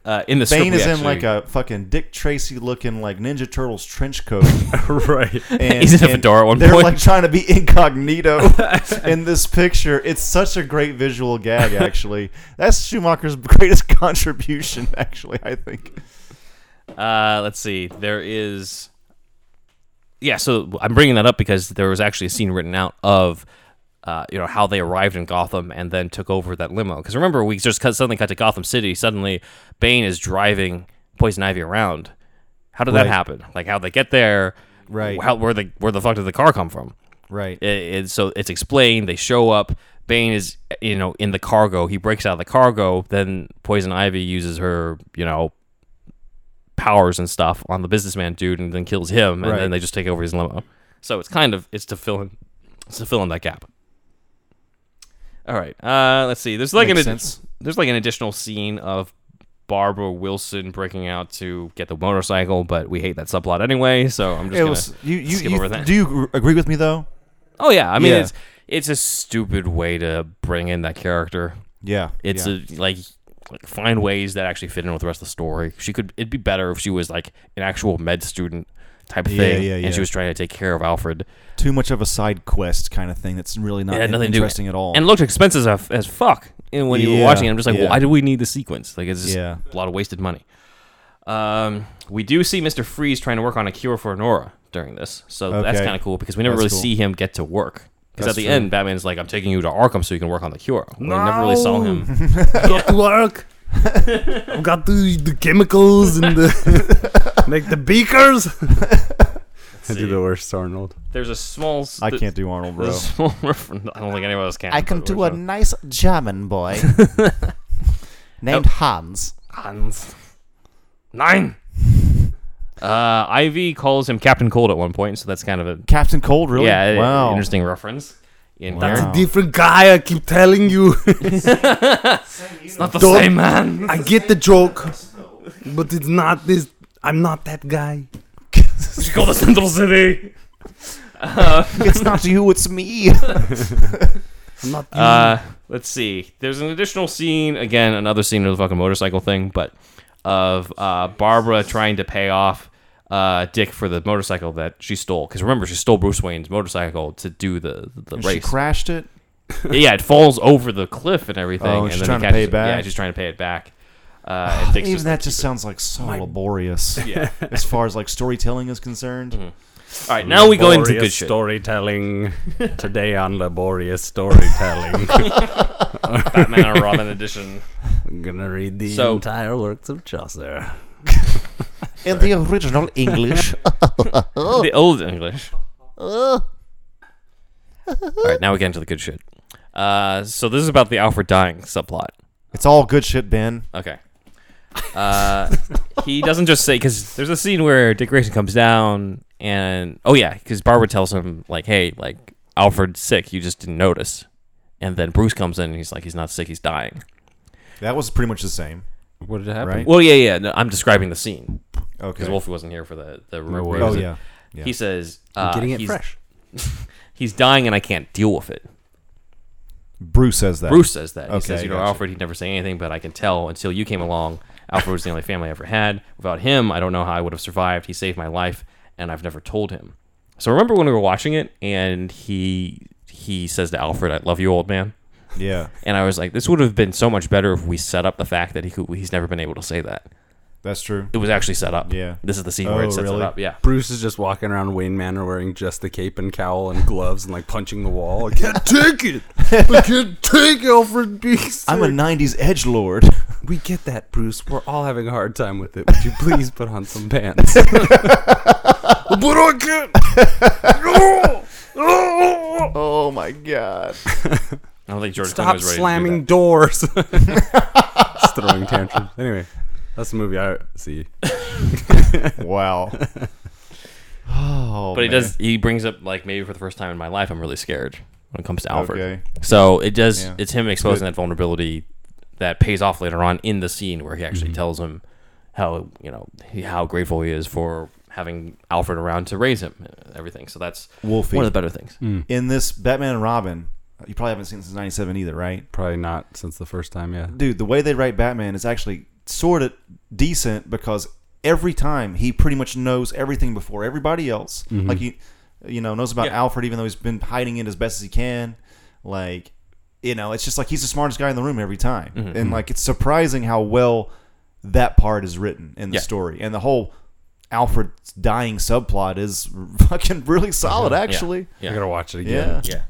[SPEAKER 3] uh, in
[SPEAKER 2] Bane
[SPEAKER 3] the script we
[SPEAKER 2] is in
[SPEAKER 3] actually-
[SPEAKER 2] like a fucking Dick Tracy looking like Ninja Turtles trench coat.
[SPEAKER 4] right?
[SPEAKER 2] And,
[SPEAKER 3] He's in a
[SPEAKER 2] and
[SPEAKER 3] fedora at one
[SPEAKER 2] they're
[SPEAKER 3] point.
[SPEAKER 2] like trying to be incognito in this picture. It's such a great visual gag, actually. That's Schumacher's greatest contribution, actually, I think.
[SPEAKER 3] Uh, let's see. There is. Yeah, so I'm bringing that up because there was actually a scene written out of, uh, you know, how they arrived in Gotham and then took over that limo. Because remember, we just cut, suddenly cut to Gotham City. Suddenly, Bane is driving Poison Ivy around. How did that
[SPEAKER 2] Right.
[SPEAKER 3] happen? Like, how they get there?
[SPEAKER 2] Right.
[SPEAKER 3] How where the where the fuck did the car come from?
[SPEAKER 2] Right.
[SPEAKER 3] It, it, so it's explained. They show up. Bane is, you know, in the cargo. He breaks out of the cargo. Then Poison Ivy uses her, you know, powers and stuff on the businessman dude, and then kills him. And
[SPEAKER 2] Right.
[SPEAKER 3] then they just take over his limo. So it's kind of it's to fill in, it's to fill in that gap. All right. Uh, let's see. There's like
[SPEAKER 2] Makes
[SPEAKER 3] an ad-
[SPEAKER 2] sense.
[SPEAKER 3] there's like an additional scene of Barbara Wilson breaking out to get the motorcycle, but we hate that subplot anyway. So I'm just
[SPEAKER 2] It
[SPEAKER 3] gonna
[SPEAKER 2] was, you, you,
[SPEAKER 3] skip
[SPEAKER 2] you-
[SPEAKER 3] over that.
[SPEAKER 2] do you gr- agree with me, though?
[SPEAKER 3] Oh yeah, I mean
[SPEAKER 2] Yeah.
[SPEAKER 3] it's it's a stupid way to bring in that character.
[SPEAKER 2] Yeah.
[SPEAKER 3] It's
[SPEAKER 2] yeah.
[SPEAKER 3] a, like like find ways that actually fit in with the rest of the story. She could it'd be better if she was like an actual med student type of
[SPEAKER 2] Yeah,
[SPEAKER 3] thing,
[SPEAKER 2] yeah, yeah.
[SPEAKER 3] and she was trying to take care of Alfred.
[SPEAKER 2] too much of a side quest kind of thing that's really not
[SPEAKER 3] It had nothing to do-
[SPEAKER 2] interesting at all.
[SPEAKER 3] And it looked expensive as, as fuck. And when you were
[SPEAKER 2] Yeah,
[SPEAKER 3] watching, it, I'm just like,
[SPEAKER 2] yeah.
[SPEAKER 3] why do we need the sequence? Like it's just
[SPEAKER 2] Yeah.
[SPEAKER 3] a lot of wasted money. Um, we do see Mr. Freeze trying to work on a cure for Nora during this, so that's
[SPEAKER 2] Okay.
[SPEAKER 3] kind of cool because we never
[SPEAKER 2] That's
[SPEAKER 3] really
[SPEAKER 2] cool.
[SPEAKER 3] see him get to work. Because at
[SPEAKER 4] That's
[SPEAKER 3] the
[SPEAKER 4] true.
[SPEAKER 3] end, Batman's like, "I'm taking you to Arkham so you can work on the cure." We never really saw him.
[SPEAKER 4] got to work. I've got the, the chemicals and the make the beakers. I do
[SPEAKER 3] see.
[SPEAKER 4] the worst Arnold.
[SPEAKER 3] There's a small. s-
[SPEAKER 2] I
[SPEAKER 3] th-
[SPEAKER 2] can't do Arnold,
[SPEAKER 3] there's
[SPEAKER 2] bro.
[SPEAKER 3] a small reference. I don't think anyone else can. but we're fine.
[SPEAKER 2] nice German boy named Hans.
[SPEAKER 3] Hans. Nine. Uh, Ivy calls him Captain Cold at one point, so that's kind of a
[SPEAKER 2] Captain Cold, really?
[SPEAKER 3] yeah,
[SPEAKER 2] wow.
[SPEAKER 3] interesting reference. In
[SPEAKER 2] Wow.
[SPEAKER 3] there.
[SPEAKER 2] Oh.
[SPEAKER 4] Different guy, I keep telling you.
[SPEAKER 3] It's not the
[SPEAKER 4] Don't-
[SPEAKER 3] same man.
[SPEAKER 4] I get the joke, but it's not this. I'm not that guy.
[SPEAKER 3] It's called the Central City.
[SPEAKER 2] it's not you, it's me.
[SPEAKER 4] I'm not. you.
[SPEAKER 3] Uh, let's see. There's an additional scene again, another scene of the fucking motorcycle thing, but of uh, Barbara trying to pay off uh, Dick for the motorcycle that she stole. Because remember, she stole Bruce Wayne's motorcycle to do the the
[SPEAKER 2] She
[SPEAKER 3] race.
[SPEAKER 2] crashed it.
[SPEAKER 3] yeah, it falls over the cliff and everything.
[SPEAKER 2] Oh,
[SPEAKER 3] and
[SPEAKER 2] she's
[SPEAKER 3] then
[SPEAKER 2] trying
[SPEAKER 3] he
[SPEAKER 2] to pay
[SPEAKER 3] catches-
[SPEAKER 2] back? Oh,
[SPEAKER 3] Yeah, she's trying to pay it back. Uh, and Dick's
[SPEAKER 2] Even
[SPEAKER 3] just-
[SPEAKER 2] that just sounds like so laborious. Yeah. as far as like storytelling is concerned.
[SPEAKER 3] Mm-hmm. All right, now we go into
[SPEAKER 4] Laborious
[SPEAKER 3] good shit.
[SPEAKER 4] storytelling. Today on laborious storytelling,
[SPEAKER 3] Batman and Robin edition.
[SPEAKER 4] I'm gonna read the
[SPEAKER 3] So-
[SPEAKER 4] entire works of Chaucer.
[SPEAKER 1] In the original English.
[SPEAKER 3] The old English. All right, now we get into the good shit. Uh, so this is about the Alfred dying subplot.
[SPEAKER 2] It's all good shit, Ben.
[SPEAKER 3] Okay. Uh, he doesn't just say because there's a scene where Dick Grayson comes down and oh yeah, because Barbara tells him like, hey, like Alfred's sick, you just didn't notice, and then Bruce comes in and he's like, he's not sick, he's dying.
[SPEAKER 2] That was pretty much the same.
[SPEAKER 4] What did
[SPEAKER 2] happen? Right?
[SPEAKER 3] Well, yeah, yeah. No, I'm describing the scene because
[SPEAKER 2] Okay.
[SPEAKER 3] Wolfie wasn't here for the the.
[SPEAKER 4] No
[SPEAKER 2] oh
[SPEAKER 4] worries.
[SPEAKER 2] yeah. yeah.
[SPEAKER 3] He says uh,
[SPEAKER 4] getting it
[SPEAKER 3] he's,
[SPEAKER 4] fresh.
[SPEAKER 3] He's dying and I can't deal with it.
[SPEAKER 2] Bruce says that.
[SPEAKER 3] Bruce says that. He
[SPEAKER 2] Okay,
[SPEAKER 3] says, you know,
[SPEAKER 2] gotcha.
[SPEAKER 3] Alfred, he'd never say anything, but I can tell until you came along, Alfred was the only family I ever had. Without him, I don't know how I would have survived. He saved my life, and I've never told him. So remember when we were watching it, and he he says to Alfred, "I love you, old man."
[SPEAKER 2] Yeah.
[SPEAKER 3] And I was like, this would have been so much better if we set up the fact that he could, he's never been able to say that.
[SPEAKER 2] That's true.
[SPEAKER 3] It was actually set up.
[SPEAKER 2] Yeah.
[SPEAKER 3] This is the scene
[SPEAKER 2] Oh,
[SPEAKER 3] where it sets
[SPEAKER 2] really?
[SPEAKER 3] it up. Yeah.
[SPEAKER 4] Bruce is just walking around Wayne Manor wearing just the cape and cowl and gloves and like punching the wall. I can't take it. I can't take Alfred Beast.
[SPEAKER 2] I'm a '90s edge lord.
[SPEAKER 4] We get that, Bruce. We're all having a hard time with it. Would you please put on some pants? but I can't.
[SPEAKER 2] oh my god.
[SPEAKER 3] I don't think George Clooney
[SPEAKER 4] Stop
[SPEAKER 3] was ready
[SPEAKER 4] slamming
[SPEAKER 3] To
[SPEAKER 4] doors. just throwing tantrums. Anyway, that's the movie I see.
[SPEAKER 2] Wow. Oh.
[SPEAKER 3] do that. But he
[SPEAKER 2] man.
[SPEAKER 3] does. He brings up like maybe for the first time in my life, I'm really scared when it comes to Alfred.
[SPEAKER 2] Okay.
[SPEAKER 3] So it does.
[SPEAKER 2] Yeah.
[SPEAKER 3] It's him exposing that vulnerability that pays off later on in the scene where he actually
[SPEAKER 2] Mm-hmm.
[SPEAKER 3] tells him how you know he- how grateful he is for having Alfred around to raise him and everything. So that's
[SPEAKER 2] Wolfie.
[SPEAKER 3] one of the better things.
[SPEAKER 2] in this Batman and Robin, you probably haven't seen since '97 either, right?
[SPEAKER 4] Probably not since the first time, yeah.
[SPEAKER 2] dude, the way they write Batman is actually sort of decent because every time he pretty much knows everything before everybody else.
[SPEAKER 4] Mm-hmm.
[SPEAKER 2] Like he, you know, knows about
[SPEAKER 3] Yeah.
[SPEAKER 2] Alfred even though he's been hiding it as best as he can. Like, you know, it's just like he's the smartest guy in the room every time,
[SPEAKER 4] Mm-hmm.
[SPEAKER 2] and like it's surprising how well that part is written in the
[SPEAKER 3] Yeah.
[SPEAKER 2] story and the whole. Alfred's dying subplot is fucking
[SPEAKER 4] Mm-hmm.
[SPEAKER 2] really solid,
[SPEAKER 3] Yeah.
[SPEAKER 2] actually.
[SPEAKER 3] Yeah.
[SPEAKER 4] I gotta watch it again.
[SPEAKER 2] Yeah.
[SPEAKER 3] Yeah.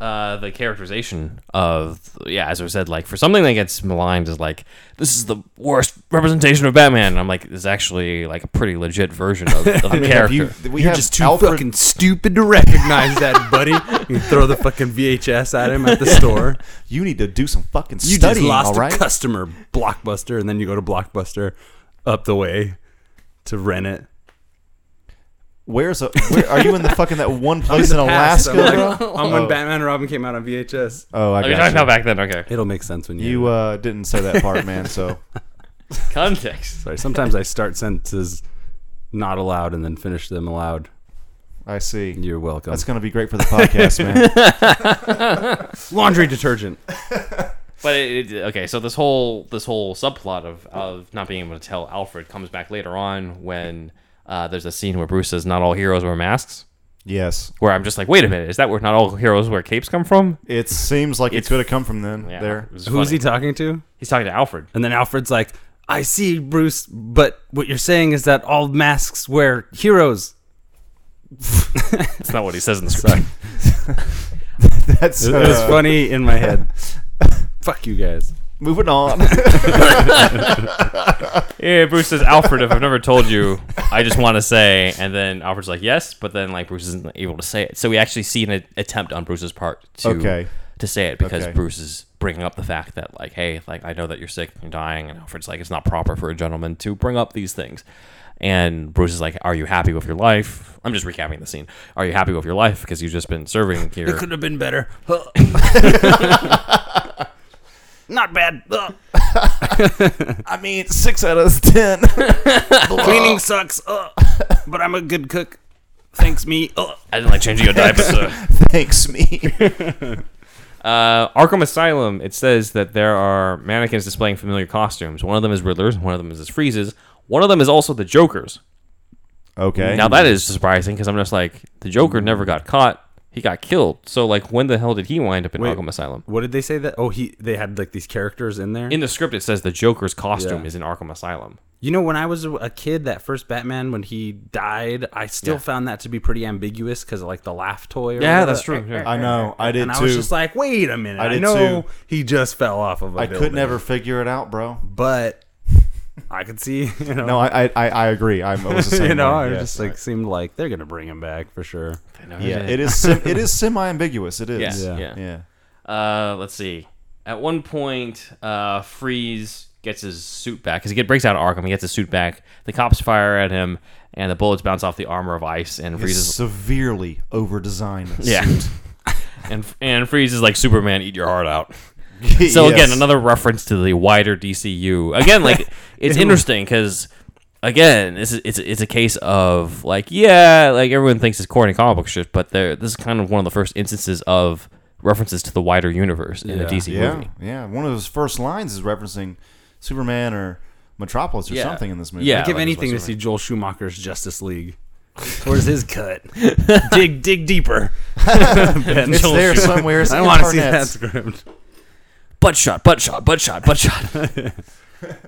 [SPEAKER 3] Uh, the characterization of yeah, as I said, like for something that gets maligned is like this is the worst representation of Batman. And I'm like, it's actually like a pretty legit version of, of the
[SPEAKER 2] Have
[SPEAKER 3] character.
[SPEAKER 2] you- we
[SPEAKER 4] You're
[SPEAKER 2] have
[SPEAKER 4] just too
[SPEAKER 2] Alfred-
[SPEAKER 4] fucking stupid to recognize that, buddy. You throw the fucking VHS at him at the store.
[SPEAKER 2] You need to do some fucking
[SPEAKER 4] You
[SPEAKER 2] studying,
[SPEAKER 4] just lost
[SPEAKER 2] all right?
[SPEAKER 4] a customer, Blockbuster, and then you go to Blockbuster up the way to rent it.
[SPEAKER 2] Where's a? Where, are you in the fucking that one place in,
[SPEAKER 4] Past,
[SPEAKER 2] Alaska?
[SPEAKER 4] I'm like,
[SPEAKER 2] bro?
[SPEAKER 4] I'm when
[SPEAKER 2] Oh.
[SPEAKER 4] Batman and Robin came out on VHS.
[SPEAKER 2] Oh, I
[SPEAKER 3] Oh,
[SPEAKER 2] got
[SPEAKER 3] you're talking
[SPEAKER 2] you.
[SPEAKER 3] about back then, okay?
[SPEAKER 4] It'll make sense when you.
[SPEAKER 2] You uh, didn't say that part, man. So
[SPEAKER 3] Context.
[SPEAKER 4] Sorry, sometimes I start sentences not allowed and then finish them aloud.
[SPEAKER 2] I see.
[SPEAKER 4] You're welcome.
[SPEAKER 2] That's gonna be great for the podcast, man.
[SPEAKER 4] Laundry detergent.
[SPEAKER 3] But it, it, okay, so this whole this whole subplot of of not being able to tell Alfred comes back later on when uh, there's a scene where Bruce says, "Not all heroes wear masks."
[SPEAKER 2] Yes,
[SPEAKER 3] Where I'm just like, wait a minute, is that where not all heroes wear capes come from?
[SPEAKER 2] it seems like it
[SPEAKER 3] It's-
[SPEAKER 2] could have come from then.
[SPEAKER 3] Yeah,
[SPEAKER 2] There,
[SPEAKER 3] it was
[SPEAKER 4] Who's
[SPEAKER 3] funny.
[SPEAKER 4] he talking to?
[SPEAKER 3] He's talking to Alfred.
[SPEAKER 4] And then Alfred's like, I see, Bruce, but what you're saying is that all masks wear heroes.
[SPEAKER 3] That's not what he says in the script.
[SPEAKER 2] That's
[SPEAKER 4] It was
[SPEAKER 2] uh,
[SPEAKER 4] funny in my head. Fuck you guys.
[SPEAKER 2] Moving on.
[SPEAKER 3] Yeah, Bruce says, Alfred, if I've never told you, I just want to say. And then Alfred's like, yes, but then like Bruce isn't able to say it. So we actually see an a- attempt on Bruce's part to
[SPEAKER 2] Okay.
[SPEAKER 3] to say it because
[SPEAKER 2] Okay.
[SPEAKER 3] Bruce is bringing up the fact that like, hey, like I know that you're sick and dying, and Alfred's like, it's not proper for a gentleman to bring up these things. And Bruce is like, "Are you happy with your life?" I'm just recapping the scene. Are you happy with your life because you've just been serving here?
[SPEAKER 4] have been better. Not bad. Ugh.
[SPEAKER 2] I mean, six out of ten.
[SPEAKER 4] Cleaning sucks. Ugh. But I'm a good cook. Thanks, me. Ugh.
[SPEAKER 3] I didn't like changing your diapers. uh.
[SPEAKER 2] Thanks, me.
[SPEAKER 3] Uh, Arkham Asylum, it says that there are mannequins displaying familiar costumes. One of them is Riddler's, one of them is his Freeze's, one of them is also the Joker's.
[SPEAKER 2] Okay.
[SPEAKER 3] Now, that is surprising because I'm just like, the Joker never got caught. He got killed. So, like, when the hell did he wind up in
[SPEAKER 4] Wait.
[SPEAKER 3] Arkham Asylum?
[SPEAKER 4] What did they say that? Oh, he they had like these characters in there.
[SPEAKER 3] In the script, it says the Joker's costume
[SPEAKER 4] Yeah.
[SPEAKER 3] is in Arkham Asylum.
[SPEAKER 4] you know, when I was a kid, that first Batman when he died, I still found that to be pretty ambiguous because like the laugh toy. Or
[SPEAKER 3] Yeah,
[SPEAKER 4] whatever.
[SPEAKER 3] that's true. yeah.
[SPEAKER 2] I know. I did
[SPEAKER 4] and
[SPEAKER 2] too.
[SPEAKER 4] I was just like, wait a minute.
[SPEAKER 2] I
[SPEAKER 4] I,
[SPEAKER 2] did
[SPEAKER 4] know
[SPEAKER 2] too.
[SPEAKER 4] he just fell off of a
[SPEAKER 2] I could
[SPEAKER 4] building,
[SPEAKER 2] never figure it out, bro.
[SPEAKER 4] but I could see. You know,
[SPEAKER 2] No, I I, I, I agree. I'm always the same.
[SPEAKER 4] you know,
[SPEAKER 2] way.
[SPEAKER 4] I
[SPEAKER 2] Yes,
[SPEAKER 4] just like seemed like they're gonna bring him back for sure.
[SPEAKER 2] yeah. It is sim- it is semi ambiguous. It is.
[SPEAKER 3] Yeah,
[SPEAKER 2] Yeah.
[SPEAKER 3] yeah. Uh, let's see. At one point, uh, Freeze gets his suit back because he get, breaks out of Arkham. He gets his suit back. The cops fire at him, and the bullets bounce off the armor of ice, and
[SPEAKER 2] It's
[SPEAKER 3] Freeze is
[SPEAKER 2] severely over designed.
[SPEAKER 3] yeah. and and Freeze is like Superman, eat your heart out. So again, another reference to the wider DCU. Again, like it's interesting because again, this is it's it's a case of like yeah, like everyone thinks it's corny comic book shit, but there this is kind of one of the first instances of references to the wider universe in a
[SPEAKER 4] Yeah.
[SPEAKER 3] DC
[SPEAKER 2] Yeah,
[SPEAKER 3] movie.
[SPEAKER 2] yeah. One of his first lines is referencing Superman or Metropolis or
[SPEAKER 3] Yeah.
[SPEAKER 2] something in this movie.
[SPEAKER 3] Yeah.
[SPEAKER 4] I'd give
[SPEAKER 3] like
[SPEAKER 4] anything to
[SPEAKER 3] this
[SPEAKER 4] see Joel Schumacher's Justice League. Where's his cut? dig, dig deeper. Ben,
[SPEAKER 2] it's
[SPEAKER 4] Joel
[SPEAKER 2] there
[SPEAKER 4] Schumacher.
[SPEAKER 2] somewhere. It's
[SPEAKER 4] I
[SPEAKER 2] in
[SPEAKER 4] want to see that
[SPEAKER 2] Parnets.
[SPEAKER 4] script.
[SPEAKER 3] butt shot, butt shot, butt shot, butt shot.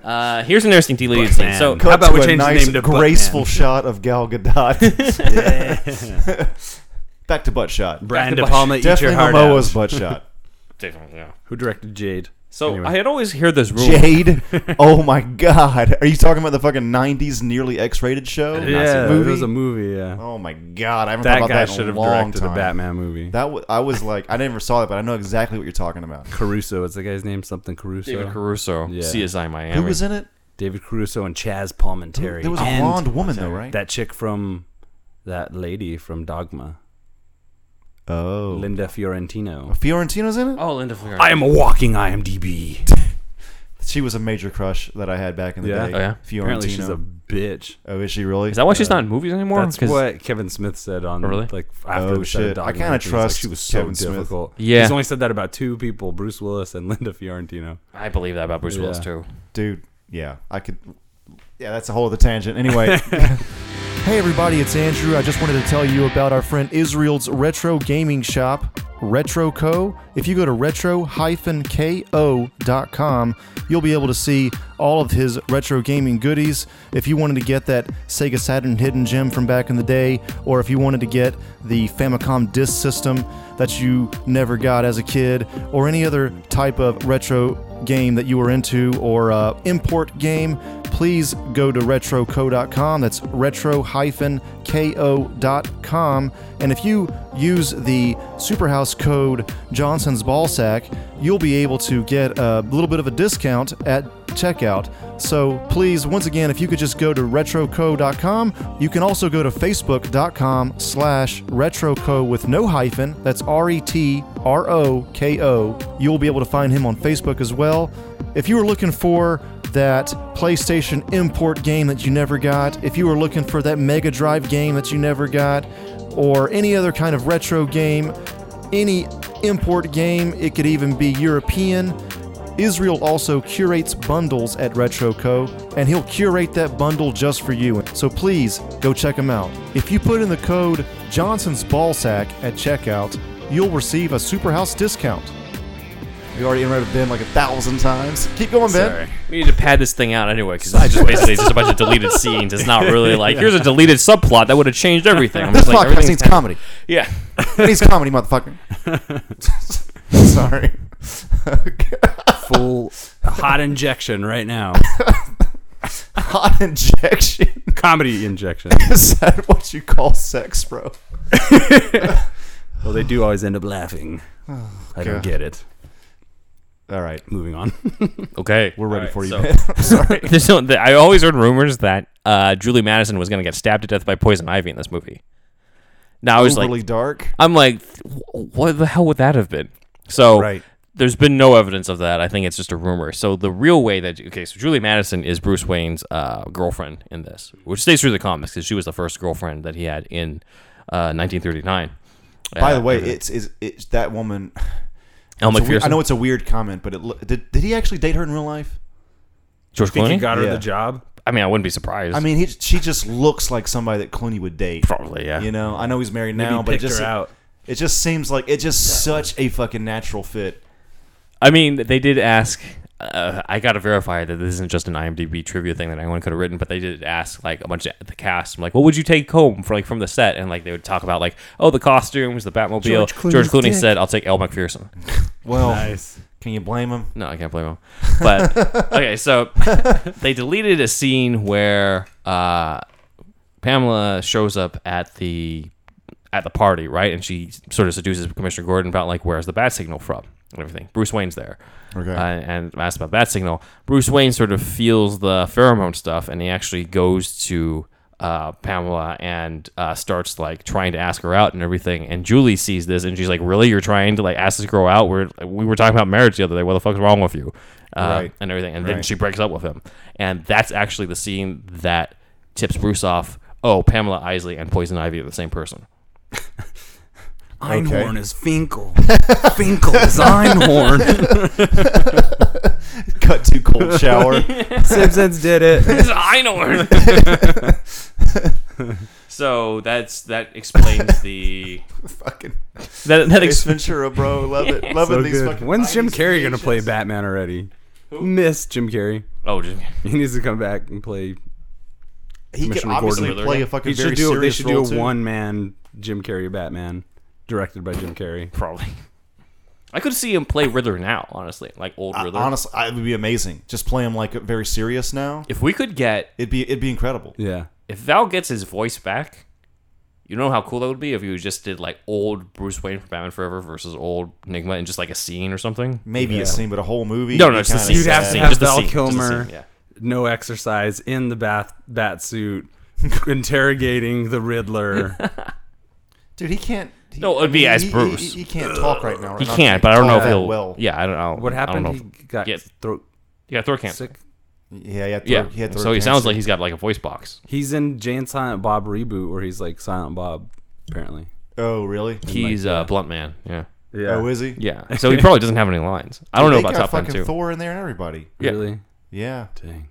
[SPEAKER 3] uh, here's an interesting deleted scene.
[SPEAKER 4] Buttman.
[SPEAKER 3] So
[SPEAKER 4] How about
[SPEAKER 2] to
[SPEAKER 4] we
[SPEAKER 2] a
[SPEAKER 4] change the
[SPEAKER 2] nice,
[SPEAKER 4] name to
[SPEAKER 2] graceful
[SPEAKER 4] Buttman?
[SPEAKER 2] shot of Gal Gadot? Back to butt shot.
[SPEAKER 4] Brian
[SPEAKER 3] to
[SPEAKER 4] De
[SPEAKER 3] Bush.
[SPEAKER 4] Palma, eat your
[SPEAKER 2] Definitely
[SPEAKER 4] heart
[SPEAKER 2] Momoa's
[SPEAKER 4] out.
[SPEAKER 2] butt shot.
[SPEAKER 4] Who directed Jade?
[SPEAKER 3] So
[SPEAKER 4] Anyway.
[SPEAKER 3] I had always heard this rumor.
[SPEAKER 2] Jade. Oh my God. Are you talking about the fucking '90s nearly X-rated show?
[SPEAKER 3] not see
[SPEAKER 4] yeah,
[SPEAKER 2] that.
[SPEAKER 4] it was a movie. Yeah,
[SPEAKER 2] Oh my God. I haven't
[SPEAKER 4] that
[SPEAKER 2] thought about
[SPEAKER 4] guy
[SPEAKER 2] that
[SPEAKER 4] should
[SPEAKER 2] in a
[SPEAKER 4] have
[SPEAKER 2] long
[SPEAKER 4] directed
[SPEAKER 2] time.
[SPEAKER 4] a Batman movie.
[SPEAKER 2] That was, I was like, I never saw it, but I know exactly what you're talking about.
[SPEAKER 4] Caruso, is the guy's name? Something Caruso.
[SPEAKER 3] David Caruso,
[SPEAKER 4] Yeah.
[SPEAKER 3] CSI Miami.
[SPEAKER 2] Who was in it?
[SPEAKER 4] David Caruso and Chaz Palminteri.
[SPEAKER 2] There was a
[SPEAKER 4] and
[SPEAKER 2] blonde woman though, right?
[SPEAKER 4] That chick from that lady from Dogma,
[SPEAKER 2] oh,
[SPEAKER 4] Linda Fiorentino.
[SPEAKER 2] Fiorentino's in it.
[SPEAKER 3] Oh, Linda Flicker.
[SPEAKER 4] I am a walking IMDb.
[SPEAKER 2] She was a major crush that I had back in the
[SPEAKER 4] Yeah?
[SPEAKER 2] day.
[SPEAKER 3] Oh, yeah?
[SPEAKER 2] Fiorentino.
[SPEAKER 4] Apparently, she's a bitch.
[SPEAKER 2] oh, is she really?
[SPEAKER 3] Is that why she's not in movies anymore?
[SPEAKER 4] That's
[SPEAKER 3] 'Cause-
[SPEAKER 4] what Kevin Smith said on
[SPEAKER 3] Oh, really?
[SPEAKER 4] like after
[SPEAKER 2] Oh,
[SPEAKER 4] the set of
[SPEAKER 2] shit. I
[SPEAKER 4] Dogma,
[SPEAKER 2] kinda
[SPEAKER 4] he was like,
[SPEAKER 2] trust
[SPEAKER 4] she was so
[SPEAKER 2] Kevin Smith.
[SPEAKER 4] difficult.
[SPEAKER 3] Yeah.
[SPEAKER 4] he's only said that about two people: Bruce Willis and Linda Fiorentino.
[SPEAKER 3] I believe that about Bruce Willis
[SPEAKER 4] Yeah.
[SPEAKER 3] too.
[SPEAKER 2] Dude, yeah, I could. Yeah, that's a whole other tangent. Anyway. Hey everybody, it's Andrew. I just wanted to tell you about our friend Israel's retro gaming shop, Retro Co. If you go to retro-ko.com, you'll be able to see all of his retro gaming goodies. If you wanted to get that Sega Saturn hidden gem from back in the day, or if you wanted to get the Famicom disk system that you never got as a kid, or any other type of retro game that you were into, or uh, import game, please go to retroco.com. That's retro-ko.com. And if you use the Superhouse code Johnson's Ballsack, you'll be able to get a little bit of a discount at checkout. So please, once again, if you could just go to retroco.com, you can also go to facebook.com slash retroco with no hyphen. That's E R-E-T-R-O-K-O. You'll be able to find him on Facebook as well. If you are looking for that PlayStation import game that you never got, if you were looking for that Mega Drive game that you never got, or any other kind of retro game, any import game, it could even be European. Israel also curates bundles at RetroCo, and he'll curate that bundle just for you. So please go check him out. If you put in the code Johnson's Ballsack at checkout, you'll receive a Superhouse discount. We already interrupted Ben like a thousand times. Keep going, Ben.
[SPEAKER 4] Sorry.
[SPEAKER 3] We need to pad this thing out anyway, because I just basically it's just a bunch of deleted scenes. It's not really like here's a deleted subplot that would have changed everything. I'm
[SPEAKER 2] This
[SPEAKER 3] just like,
[SPEAKER 2] podcast
[SPEAKER 3] everything's
[SPEAKER 2] needs
[SPEAKER 3] kind of-
[SPEAKER 2] comedy.
[SPEAKER 3] Yeah,
[SPEAKER 2] It needs comedy, motherfucker. Sorry.
[SPEAKER 4] Full hot injection right now.
[SPEAKER 2] Hot injection.
[SPEAKER 4] Comedy injection.
[SPEAKER 2] Is that what you call sex, bro?
[SPEAKER 4] Well, they do always end up laughing. I don't
[SPEAKER 2] Oh, God.
[SPEAKER 4] get it.
[SPEAKER 2] All right.
[SPEAKER 4] Moving on.
[SPEAKER 3] okay,
[SPEAKER 2] We're ready for you,
[SPEAKER 3] So, sorry, There's no- I always heard rumors that uh, Julie Madison was going to get stabbed to death by poison ivy in this movie. Now I was
[SPEAKER 2] Overly
[SPEAKER 3] like,
[SPEAKER 2] dark.
[SPEAKER 3] I'm like, "Wh- what the hell would that have been?
[SPEAKER 2] Oh.
[SPEAKER 3] So
[SPEAKER 4] Right.
[SPEAKER 3] there's been no evidence of that. I think it's just a rumor. So the real way that okay, so Julie Madison is Bruce Wayne's uh, girlfriend in this, which stays through the comics because she was the first girlfriend that he had in uh, 1939.
[SPEAKER 2] By
[SPEAKER 3] Uh,
[SPEAKER 2] the way,
[SPEAKER 3] mhm.
[SPEAKER 2] it's is it's that woman.
[SPEAKER 3] Elle
[SPEAKER 2] It's a weird-
[SPEAKER 3] McPherson,
[SPEAKER 2] I know it's a weird comment, but it, lo- did did he actually date her in real life?
[SPEAKER 3] George
[SPEAKER 4] Think you
[SPEAKER 3] Clooney.
[SPEAKER 4] got her
[SPEAKER 2] Yeah.
[SPEAKER 4] the job?
[SPEAKER 3] I mean, I wouldn't be surprised.
[SPEAKER 2] I mean, he, she just looks like somebody that Clooney would date.
[SPEAKER 3] probably, yeah.
[SPEAKER 2] You know, I know he's married
[SPEAKER 4] Maybe
[SPEAKER 2] now, but it
[SPEAKER 4] picked
[SPEAKER 2] just
[SPEAKER 4] her out.
[SPEAKER 2] it just seems like it's just such a fucking natural fit.
[SPEAKER 3] I mean, they did ask. Uh, I got to verify that this isn't just an IMDb trivia thing that anyone could have written, but they did ask like a bunch of the cast, like, what would you take home for like from the set? And like they would talk about like, oh, the costumes, the Batmobile. George
[SPEAKER 4] George
[SPEAKER 3] Clooney,
[SPEAKER 4] Clooney's dick.
[SPEAKER 3] said, "I'll take Elle McPherson."
[SPEAKER 2] Well,
[SPEAKER 4] Nice.
[SPEAKER 2] can you blame him?
[SPEAKER 3] No, I can't blame him. But okay, so they deleted a scene where uh, Pamela shows up at the at the party, right? And she sort of seduces Commissioner Gordon about like where's the bat signal from and everything. Bruce Wayne's there.
[SPEAKER 2] Okay.
[SPEAKER 3] Uh, and asks about bat signal. Bruce Wayne sort of feels the pheromone stuff and he actually goes to uh, Pamela and uh, starts like trying to ask her out and everything. And Julie sees this and she's like, "Really, you're trying to like ask this girl out? We're we were talking about marriage the other day. What the fuck's wrong with you?" Uh,
[SPEAKER 2] Right.
[SPEAKER 3] And everything. And then
[SPEAKER 2] Right.
[SPEAKER 3] she breaks up with him. And that's actually the scene that tips Bruce off. Oh, Pamela Isley and Poison Ivy are the same person.
[SPEAKER 2] Einhorn
[SPEAKER 4] is Finkel. Finkel is Einhorn.
[SPEAKER 2] Cut to cold shower.
[SPEAKER 4] Simpsons did it.
[SPEAKER 3] Einhorn. so that's that explains the
[SPEAKER 2] fucking
[SPEAKER 3] that that
[SPEAKER 2] Ace
[SPEAKER 3] explains
[SPEAKER 2] Ventura, bro. Love it. Loving
[SPEAKER 4] So
[SPEAKER 2] these
[SPEAKER 4] good.
[SPEAKER 2] fucking.
[SPEAKER 4] When's Jim
[SPEAKER 2] 90s
[SPEAKER 4] Carrey going to play
[SPEAKER 2] creations.
[SPEAKER 4] Batman already? Miss Jim Carrey.
[SPEAKER 3] oh just,
[SPEAKER 4] He needs to come back and play.
[SPEAKER 2] He could
[SPEAKER 4] Commissioner
[SPEAKER 2] obviously
[SPEAKER 4] Gordon.
[SPEAKER 2] play a fucking
[SPEAKER 4] He should
[SPEAKER 2] very
[SPEAKER 4] do, they
[SPEAKER 2] serious
[SPEAKER 4] should do
[SPEAKER 2] role,
[SPEAKER 4] a
[SPEAKER 2] too.
[SPEAKER 4] one man Jim Carrey Batman, directed by Jim Carrey.
[SPEAKER 3] probably. I could see him play Riddler now, honestly, like old
[SPEAKER 2] I-
[SPEAKER 3] Riddler.
[SPEAKER 2] honestly, I- it would be amazing. Just play him like very serious now.
[SPEAKER 3] if we could get
[SPEAKER 2] It'd be it'd be incredible.
[SPEAKER 4] Yeah.
[SPEAKER 3] if Val gets his voice back, you know how cool that would be if you just did like old Bruce Wayne from Batman Forever versus old Enigma and just like a scene or something.
[SPEAKER 2] Maybe a scene, but a whole movie.
[SPEAKER 3] No,
[SPEAKER 2] would
[SPEAKER 3] no,
[SPEAKER 2] be
[SPEAKER 3] it's the
[SPEAKER 2] kinda
[SPEAKER 3] scene.
[SPEAKER 4] You'd have
[SPEAKER 2] sad.
[SPEAKER 4] to
[SPEAKER 3] Scene,
[SPEAKER 4] have
[SPEAKER 3] just the
[SPEAKER 4] Val
[SPEAKER 3] scene, just the
[SPEAKER 4] Kilmer,
[SPEAKER 3] scene, yeah.
[SPEAKER 4] no exercise, in the bath bat suit, interrogating the Riddler.
[SPEAKER 2] Dude, he can't. He,
[SPEAKER 3] No, it'd be
[SPEAKER 2] he-
[SPEAKER 3] as
[SPEAKER 2] he-
[SPEAKER 3] Bruce.
[SPEAKER 2] He, he can't talk right now.
[SPEAKER 3] He
[SPEAKER 2] Not
[SPEAKER 3] can't, but I don't
[SPEAKER 2] talk
[SPEAKER 3] know if
[SPEAKER 2] that
[SPEAKER 3] he'll.
[SPEAKER 2] Well,
[SPEAKER 3] Yeah, I don't know.
[SPEAKER 4] What
[SPEAKER 3] I don't know
[SPEAKER 4] happened?
[SPEAKER 3] if-
[SPEAKER 4] He got
[SPEAKER 3] Yeah.
[SPEAKER 4] throat
[SPEAKER 3] He got throat cancer.
[SPEAKER 4] sick.
[SPEAKER 2] yeah, yeah.
[SPEAKER 3] Yeah.
[SPEAKER 2] Throat, he had throat
[SPEAKER 3] so he sounds
[SPEAKER 2] cancer.
[SPEAKER 3] like he's got like a voice box.
[SPEAKER 4] He's in Jane Silent Bob reboot where he's like Silent Bob, apparently.
[SPEAKER 2] Oh, really?
[SPEAKER 3] He's a blunt man. Yeah.
[SPEAKER 4] Yeah.
[SPEAKER 2] Oh, is he?
[SPEAKER 3] Yeah. So he probably doesn't have any lines. I don't know
[SPEAKER 2] They
[SPEAKER 3] about
[SPEAKER 2] got
[SPEAKER 3] Top Gun
[SPEAKER 2] fucking
[SPEAKER 3] too.
[SPEAKER 2] Thor in there and everybody.
[SPEAKER 3] Yeah.
[SPEAKER 4] Really?
[SPEAKER 2] Yeah,
[SPEAKER 4] Dang.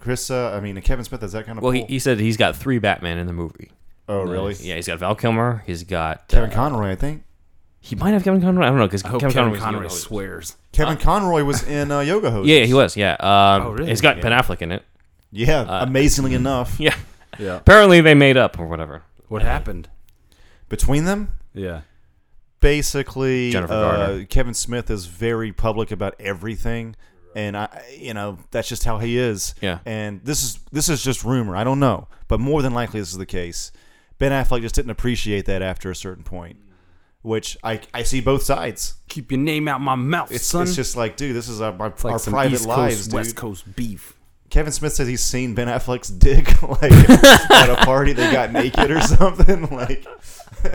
[SPEAKER 2] Chris. Uh, I mean, Kevin Smith is that kind of.
[SPEAKER 3] Well, he,
[SPEAKER 2] pull?
[SPEAKER 3] he said he's got three Batman in the movie.
[SPEAKER 2] oh, really?
[SPEAKER 3] Yeah, he's got Val Kilmer. He's got
[SPEAKER 2] Kevin
[SPEAKER 3] uh,
[SPEAKER 2] Conroy, I think.
[SPEAKER 3] He might have Kevin Conroy. I don't know because
[SPEAKER 4] I hope
[SPEAKER 3] Kevin,
[SPEAKER 4] Kevin
[SPEAKER 3] Conroy.
[SPEAKER 4] Conroy
[SPEAKER 3] was
[SPEAKER 4] swears.
[SPEAKER 2] Kevin Conroy was in uh, Yoga Hose.
[SPEAKER 3] Yeah, he was. Yeah. Um,
[SPEAKER 4] Oh, really?
[SPEAKER 3] It's got Ben Affleck in it.
[SPEAKER 2] Yeah, amazingly enough.
[SPEAKER 3] Uh, Yeah.
[SPEAKER 4] Yeah.
[SPEAKER 3] Apparently they made up or whatever.
[SPEAKER 4] What happened?
[SPEAKER 2] Between them,
[SPEAKER 4] Yeah.
[SPEAKER 2] basically
[SPEAKER 3] Jennifer
[SPEAKER 2] uh,
[SPEAKER 3] Garner.
[SPEAKER 2] Kevin Smith is very public about everything and I you know that's just how he is.
[SPEAKER 3] Yeah.
[SPEAKER 2] And this is this is just rumor. I don't know, but more than likely this is the case. Ben Affleck just didn't appreciate that after a certain point, which I I see both sides.
[SPEAKER 4] Keep your name out my mouth,
[SPEAKER 2] It's
[SPEAKER 4] son.
[SPEAKER 2] it's just like dude, this is our, our,
[SPEAKER 4] It's like
[SPEAKER 2] our
[SPEAKER 4] some
[SPEAKER 2] private
[SPEAKER 4] East
[SPEAKER 2] lives,
[SPEAKER 4] Coast,
[SPEAKER 2] dude.
[SPEAKER 4] West Coast beef.
[SPEAKER 2] Kevin Smith says he's seen Ben Affleck's dick like at a party they got naked or something like
[SPEAKER 3] I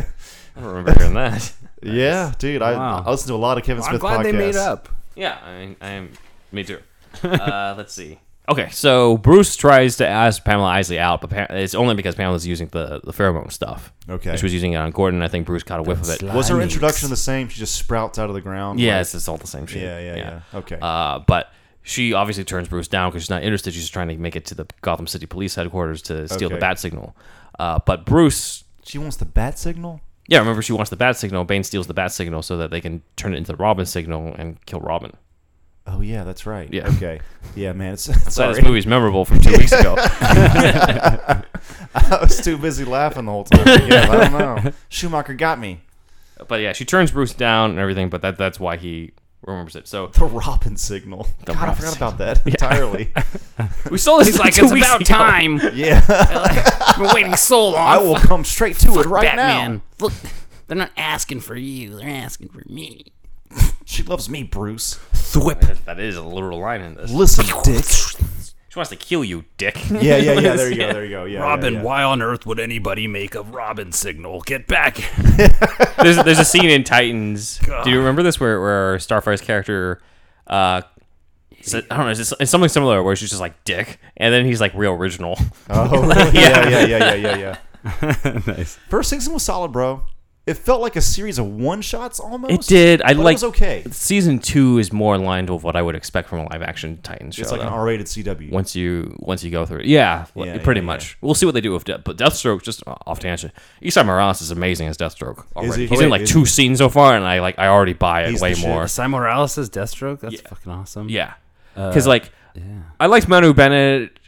[SPEAKER 3] don't remember hearing that.
[SPEAKER 2] yeah, dude. I,
[SPEAKER 4] Wow.
[SPEAKER 2] I listen to a lot of Kevin
[SPEAKER 4] I'm
[SPEAKER 2] Smith
[SPEAKER 4] glad
[SPEAKER 2] podcasts.
[SPEAKER 4] they made up.
[SPEAKER 3] Yeah, I, I'm. Me too. Uh, let's see. Okay, so Bruce tries to ask Pamela Isley out, but pa- it's only because Pamela's using the, the pheromone stuff.
[SPEAKER 2] Okay.
[SPEAKER 3] She was using it on Gordon. and I think Bruce caught a whiff of it.
[SPEAKER 2] Was her introduction the same? She just sprouts out of the ground.
[SPEAKER 3] Yeah,
[SPEAKER 2] Like,
[SPEAKER 3] it's, it's all the same shit.
[SPEAKER 2] yeah, yeah, yeah. Okay.
[SPEAKER 3] Uh, but she obviously turns Bruce down because she's not interested. She's trying to make it to the Gotham City Police headquarters to steal the
[SPEAKER 2] Okay.
[SPEAKER 3] bat signal. Uh, but Bruce,
[SPEAKER 2] she wants the bat signal.
[SPEAKER 3] Yeah, remember she wants the bat signal. Bane steals the bat signal so that they can turn it into the Robin signal and kill Robin.
[SPEAKER 2] Oh yeah, that's right.
[SPEAKER 3] Yeah.
[SPEAKER 2] Okay. Yeah, man. It's,
[SPEAKER 3] So
[SPEAKER 2] sorry.
[SPEAKER 3] this movie's memorable from two weeks ago.
[SPEAKER 2] I was too busy laughing the whole time. Yeah, I don't know. Schumacher got me.
[SPEAKER 3] But yeah, she turns Bruce down and everything. But that that's why he remembers it. So
[SPEAKER 2] The Robin signal.
[SPEAKER 3] The
[SPEAKER 2] God, I
[SPEAKER 3] Robin
[SPEAKER 2] forgot about that entirely.
[SPEAKER 3] we saw this
[SPEAKER 4] He's like, it's about time.
[SPEAKER 2] yeah,
[SPEAKER 4] I've been waiting so long.
[SPEAKER 2] I will come straight to it right now.
[SPEAKER 4] Batman. Look, they're not asking for you. They're asking for me.
[SPEAKER 2] She loves me, Bruce.
[SPEAKER 4] Thwip.
[SPEAKER 3] That is a literal line in this.
[SPEAKER 2] Listen, Dick.
[SPEAKER 3] She wants to kill you, dick.
[SPEAKER 2] Yeah, yeah, yeah. There you go. There you go. Yeah.
[SPEAKER 4] Robin,
[SPEAKER 2] yeah, yeah.
[SPEAKER 4] why on earth would anybody make a Robin signal? Get back.
[SPEAKER 3] there's there's a scene in Titans. Do you remember this where where Starfire's character, uh, said- I don't know, it's, just- it's something similar where she's just like dick, and then he's like real original.
[SPEAKER 2] Oh, really? yeah, yeah, yeah, yeah, yeah, yeah.
[SPEAKER 4] nice.
[SPEAKER 2] First season was solid, bro. It felt like a series of one shots almost.
[SPEAKER 3] It did. I
[SPEAKER 2] but
[SPEAKER 3] like.
[SPEAKER 2] It was okay.
[SPEAKER 3] Season two is more aligned with what I would expect from a live action Titans show.
[SPEAKER 2] It's like an
[SPEAKER 3] though.
[SPEAKER 2] R-rated CW.
[SPEAKER 3] once you once you go through it. Yeah, li-
[SPEAKER 2] Yeah,
[SPEAKER 3] pretty
[SPEAKER 2] yeah,
[SPEAKER 3] much. We'll see what they do with Death. But Deathstroke, just off tangent, Isai Morales is amazing as Deathstroke. Already.
[SPEAKER 2] he?
[SPEAKER 3] He's
[SPEAKER 2] Wait,
[SPEAKER 3] in like
[SPEAKER 2] is
[SPEAKER 3] two scenes so far, and I like I already buy it
[SPEAKER 2] He's
[SPEAKER 3] way
[SPEAKER 2] the shit.
[SPEAKER 3] more.
[SPEAKER 4] Cy Morales' Deathstroke? That's fucking awesome.
[SPEAKER 3] Yeah, because like I liked Manu Bennett,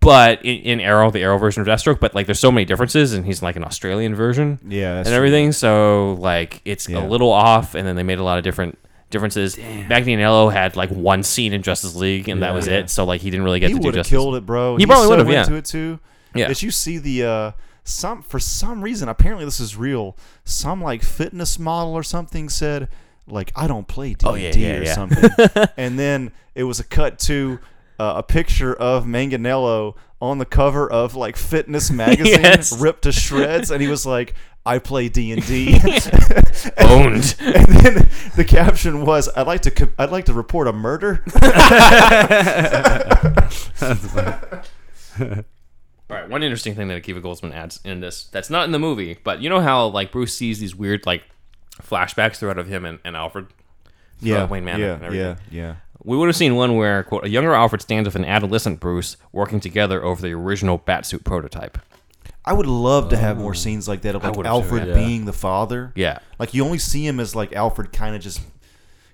[SPEAKER 3] but in, in Arrow, the Arrow version of Deathstroke, but like there's so many differences, and he's like an Australian version.
[SPEAKER 2] Yeah, that's
[SPEAKER 3] and everything. So like it's
[SPEAKER 2] Yeah.
[SPEAKER 3] a little off, and then they made a lot of different. Differences. Magniello had like one scene in Justice League, and that was it. So like he didn't really get
[SPEAKER 2] he
[SPEAKER 3] to do
[SPEAKER 2] would have
[SPEAKER 3] justice.
[SPEAKER 2] killed it, bro.
[SPEAKER 3] He probably
[SPEAKER 2] so
[SPEAKER 3] would've,
[SPEAKER 2] went
[SPEAKER 3] yeah.
[SPEAKER 2] To it too.
[SPEAKER 3] Yeah.
[SPEAKER 2] Did you see the uh, some for some reason? Apparently, this is real. Some like fitness model or something said like I don't play D
[SPEAKER 3] Oh, yeah,
[SPEAKER 2] and D
[SPEAKER 3] yeah,
[SPEAKER 2] or
[SPEAKER 3] yeah.
[SPEAKER 2] something. and then it was a cut to uh, a picture of Manganello on the cover of like Fitness magazine,
[SPEAKER 3] Yes.
[SPEAKER 2] ripped to shreds, and he was like. I play D and D,
[SPEAKER 3] Owned.
[SPEAKER 2] and then the caption was, "I'd like to, co- I'd like to report a murder."
[SPEAKER 3] All right, one interesting thing that Akiva Goldsman adds in this that's not in the movie, but you know how like Bruce sees these weird like flashbacks throughout of him and, and Alfred.
[SPEAKER 2] Yeah,
[SPEAKER 3] Wayne Manor and
[SPEAKER 2] Oh, yeah, yeah,
[SPEAKER 3] everything.
[SPEAKER 2] yeah.
[SPEAKER 3] We would have seen one where quote a younger Alfred stands with an adolescent Bruce working together over the original Batsuit prototype.
[SPEAKER 2] I would love to have more scenes like that of like
[SPEAKER 3] would've
[SPEAKER 2] Alfred
[SPEAKER 3] Mm. too,
[SPEAKER 4] yeah.
[SPEAKER 2] being the father.
[SPEAKER 3] Yeah.
[SPEAKER 2] Like you only see him as like Alfred kind of just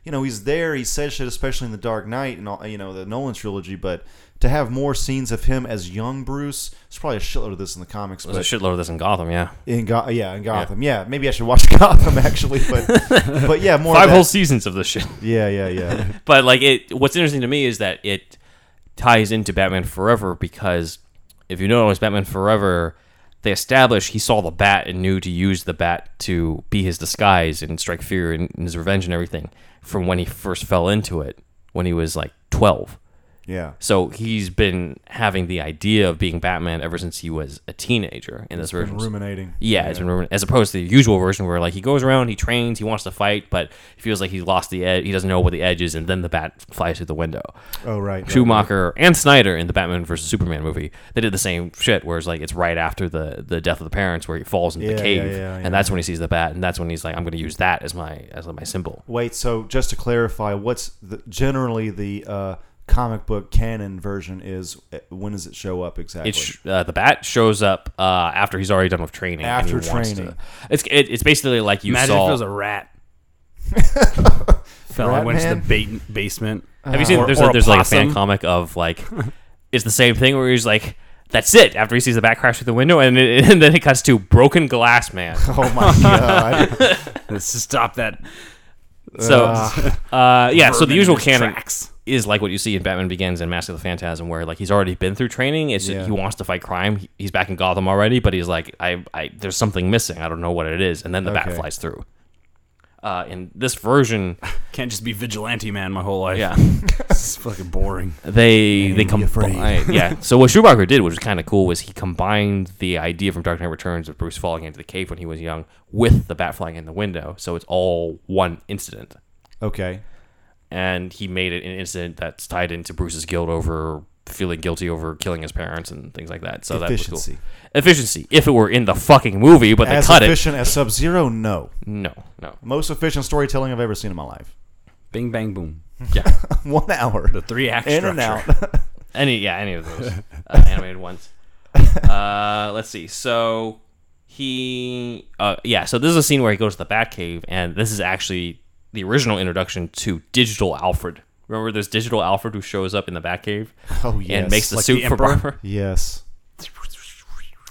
[SPEAKER 2] you know, he's there, he says shit especially in the Dark Knight and all you know, the Nolan trilogy, but to have more scenes of him as young Bruce, there's probably a shitload of this in the comics,
[SPEAKER 3] There's a
[SPEAKER 2] but
[SPEAKER 3] shitload of this in Gotham, yeah.
[SPEAKER 2] in Go- yeah, in Gotham. Yeah. maybe I should watch Gotham actually, but but yeah, more of
[SPEAKER 3] Five
[SPEAKER 2] that-
[SPEAKER 3] whole seasons of this shit.
[SPEAKER 2] Yeah, yeah, yeah.
[SPEAKER 3] But like it what's interesting to me is that it ties into Batman Forever because if you notice Batman Forever they establish he saw the bat and knew to use the bat to be his disguise and strike fear and, and his revenge and everything from when he first fell into it when he was like 12.
[SPEAKER 2] yeah.
[SPEAKER 3] So he's been having the idea of being Batman ever since he was a teenager in this version.
[SPEAKER 2] Ruminating.
[SPEAKER 3] Yeah, it's been ruined. As opposed to the usual version where like he goes around, he trains, he wants to fight, but he feels like he lost the edge. He doesn't know what the edge is, and then the bat flies through the window.
[SPEAKER 2] Oh right. right,
[SPEAKER 3] Schumacher and Snyder in the Batman vs Superman movie, they did the same shit. Where it's like it's right after the the death of the parents, where he falls into
[SPEAKER 2] Yeah,
[SPEAKER 3] the
[SPEAKER 2] yeah,
[SPEAKER 3] cave,
[SPEAKER 2] yeah, yeah.
[SPEAKER 3] and that's when he sees the bat, and that's when he's like, "I'm going to use that as my as my symbol."
[SPEAKER 2] Wait, so just to clarify, what's the, generally the uh, comic book canon version is? uh, When does it show up exactly?
[SPEAKER 3] It's uh, the bat shows up uh, after he's already done with training. and he
[SPEAKER 2] After
[SPEAKER 3] wants to-
[SPEAKER 2] training.
[SPEAKER 3] it's it, it's basically like you
[SPEAKER 4] Imagine
[SPEAKER 3] saw.
[SPEAKER 4] if it was a rat. Fell
[SPEAKER 2] Rat
[SPEAKER 4] and went
[SPEAKER 2] man?
[SPEAKER 4] to the ba- basement. Uh,
[SPEAKER 3] Have you seen
[SPEAKER 4] Or-
[SPEAKER 3] there's,
[SPEAKER 4] or
[SPEAKER 3] a, there's like a fan
[SPEAKER 4] possum.
[SPEAKER 3] comic of like it's the same thing where he's like that's it after he sees the bat crash through the window and, it, and then it cuts to broken glass man
[SPEAKER 2] oh my god!
[SPEAKER 4] Let's just stop that.
[SPEAKER 3] so uh, yeah so
[SPEAKER 4] vermin
[SPEAKER 3] the
[SPEAKER 4] in
[SPEAKER 3] usual
[SPEAKER 4] his
[SPEAKER 3] canon
[SPEAKER 4] tracks.
[SPEAKER 3] is like what you see in Batman Begins and Mask of the Phantasm where like he's already been through training it's
[SPEAKER 2] Yeah.
[SPEAKER 3] he wants to fight crime He- he's back in Gotham already but he's like I, I there's something missing I don't know what it is and then the bat
[SPEAKER 2] Okay.
[SPEAKER 3] flies through uh, in this version
[SPEAKER 4] Can't just be vigilante man my whole life.
[SPEAKER 3] yeah
[SPEAKER 4] it's fucking boring.
[SPEAKER 3] they they
[SPEAKER 2] be afraid.
[SPEAKER 3] combined. yeah. So what Schumacher did, which was kind of cool, was he combined the idea from Dark Knight Returns of Bruce falling into the cave when he was young with the bat flying in the window. So it's all one incident,
[SPEAKER 2] okay,
[SPEAKER 3] and he made it an incident that's tied into Bruce's guilt over feeling guilty over killing his parents and things like that. So that was
[SPEAKER 2] Efficiency.
[SPEAKER 3] cool. Efficiency. If it were in the fucking movie, but
[SPEAKER 2] as
[SPEAKER 3] they cut
[SPEAKER 2] efficient as Sub Zero, no.
[SPEAKER 3] it. No, no.
[SPEAKER 2] Most efficient storytelling I've ever seen in my life.
[SPEAKER 4] Bing bang boom.
[SPEAKER 3] Yeah.
[SPEAKER 2] One hour
[SPEAKER 4] The three act
[SPEAKER 2] in
[SPEAKER 4] structure.
[SPEAKER 2] and out.
[SPEAKER 3] Any yeah, any of those uh, animated ones. Uh, let's see. So he uh, yeah so this is a scene where he goes to the batcave and this is actually the original introduction to digital alfred remember there's digital alfred who shows up in the batcave
[SPEAKER 5] Oh, yes.
[SPEAKER 3] and makes the
[SPEAKER 4] Like
[SPEAKER 3] suit
[SPEAKER 4] the
[SPEAKER 3] for
[SPEAKER 4] Emperor?
[SPEAKER 3] Barbara.
[SPEAKER 5] Yes.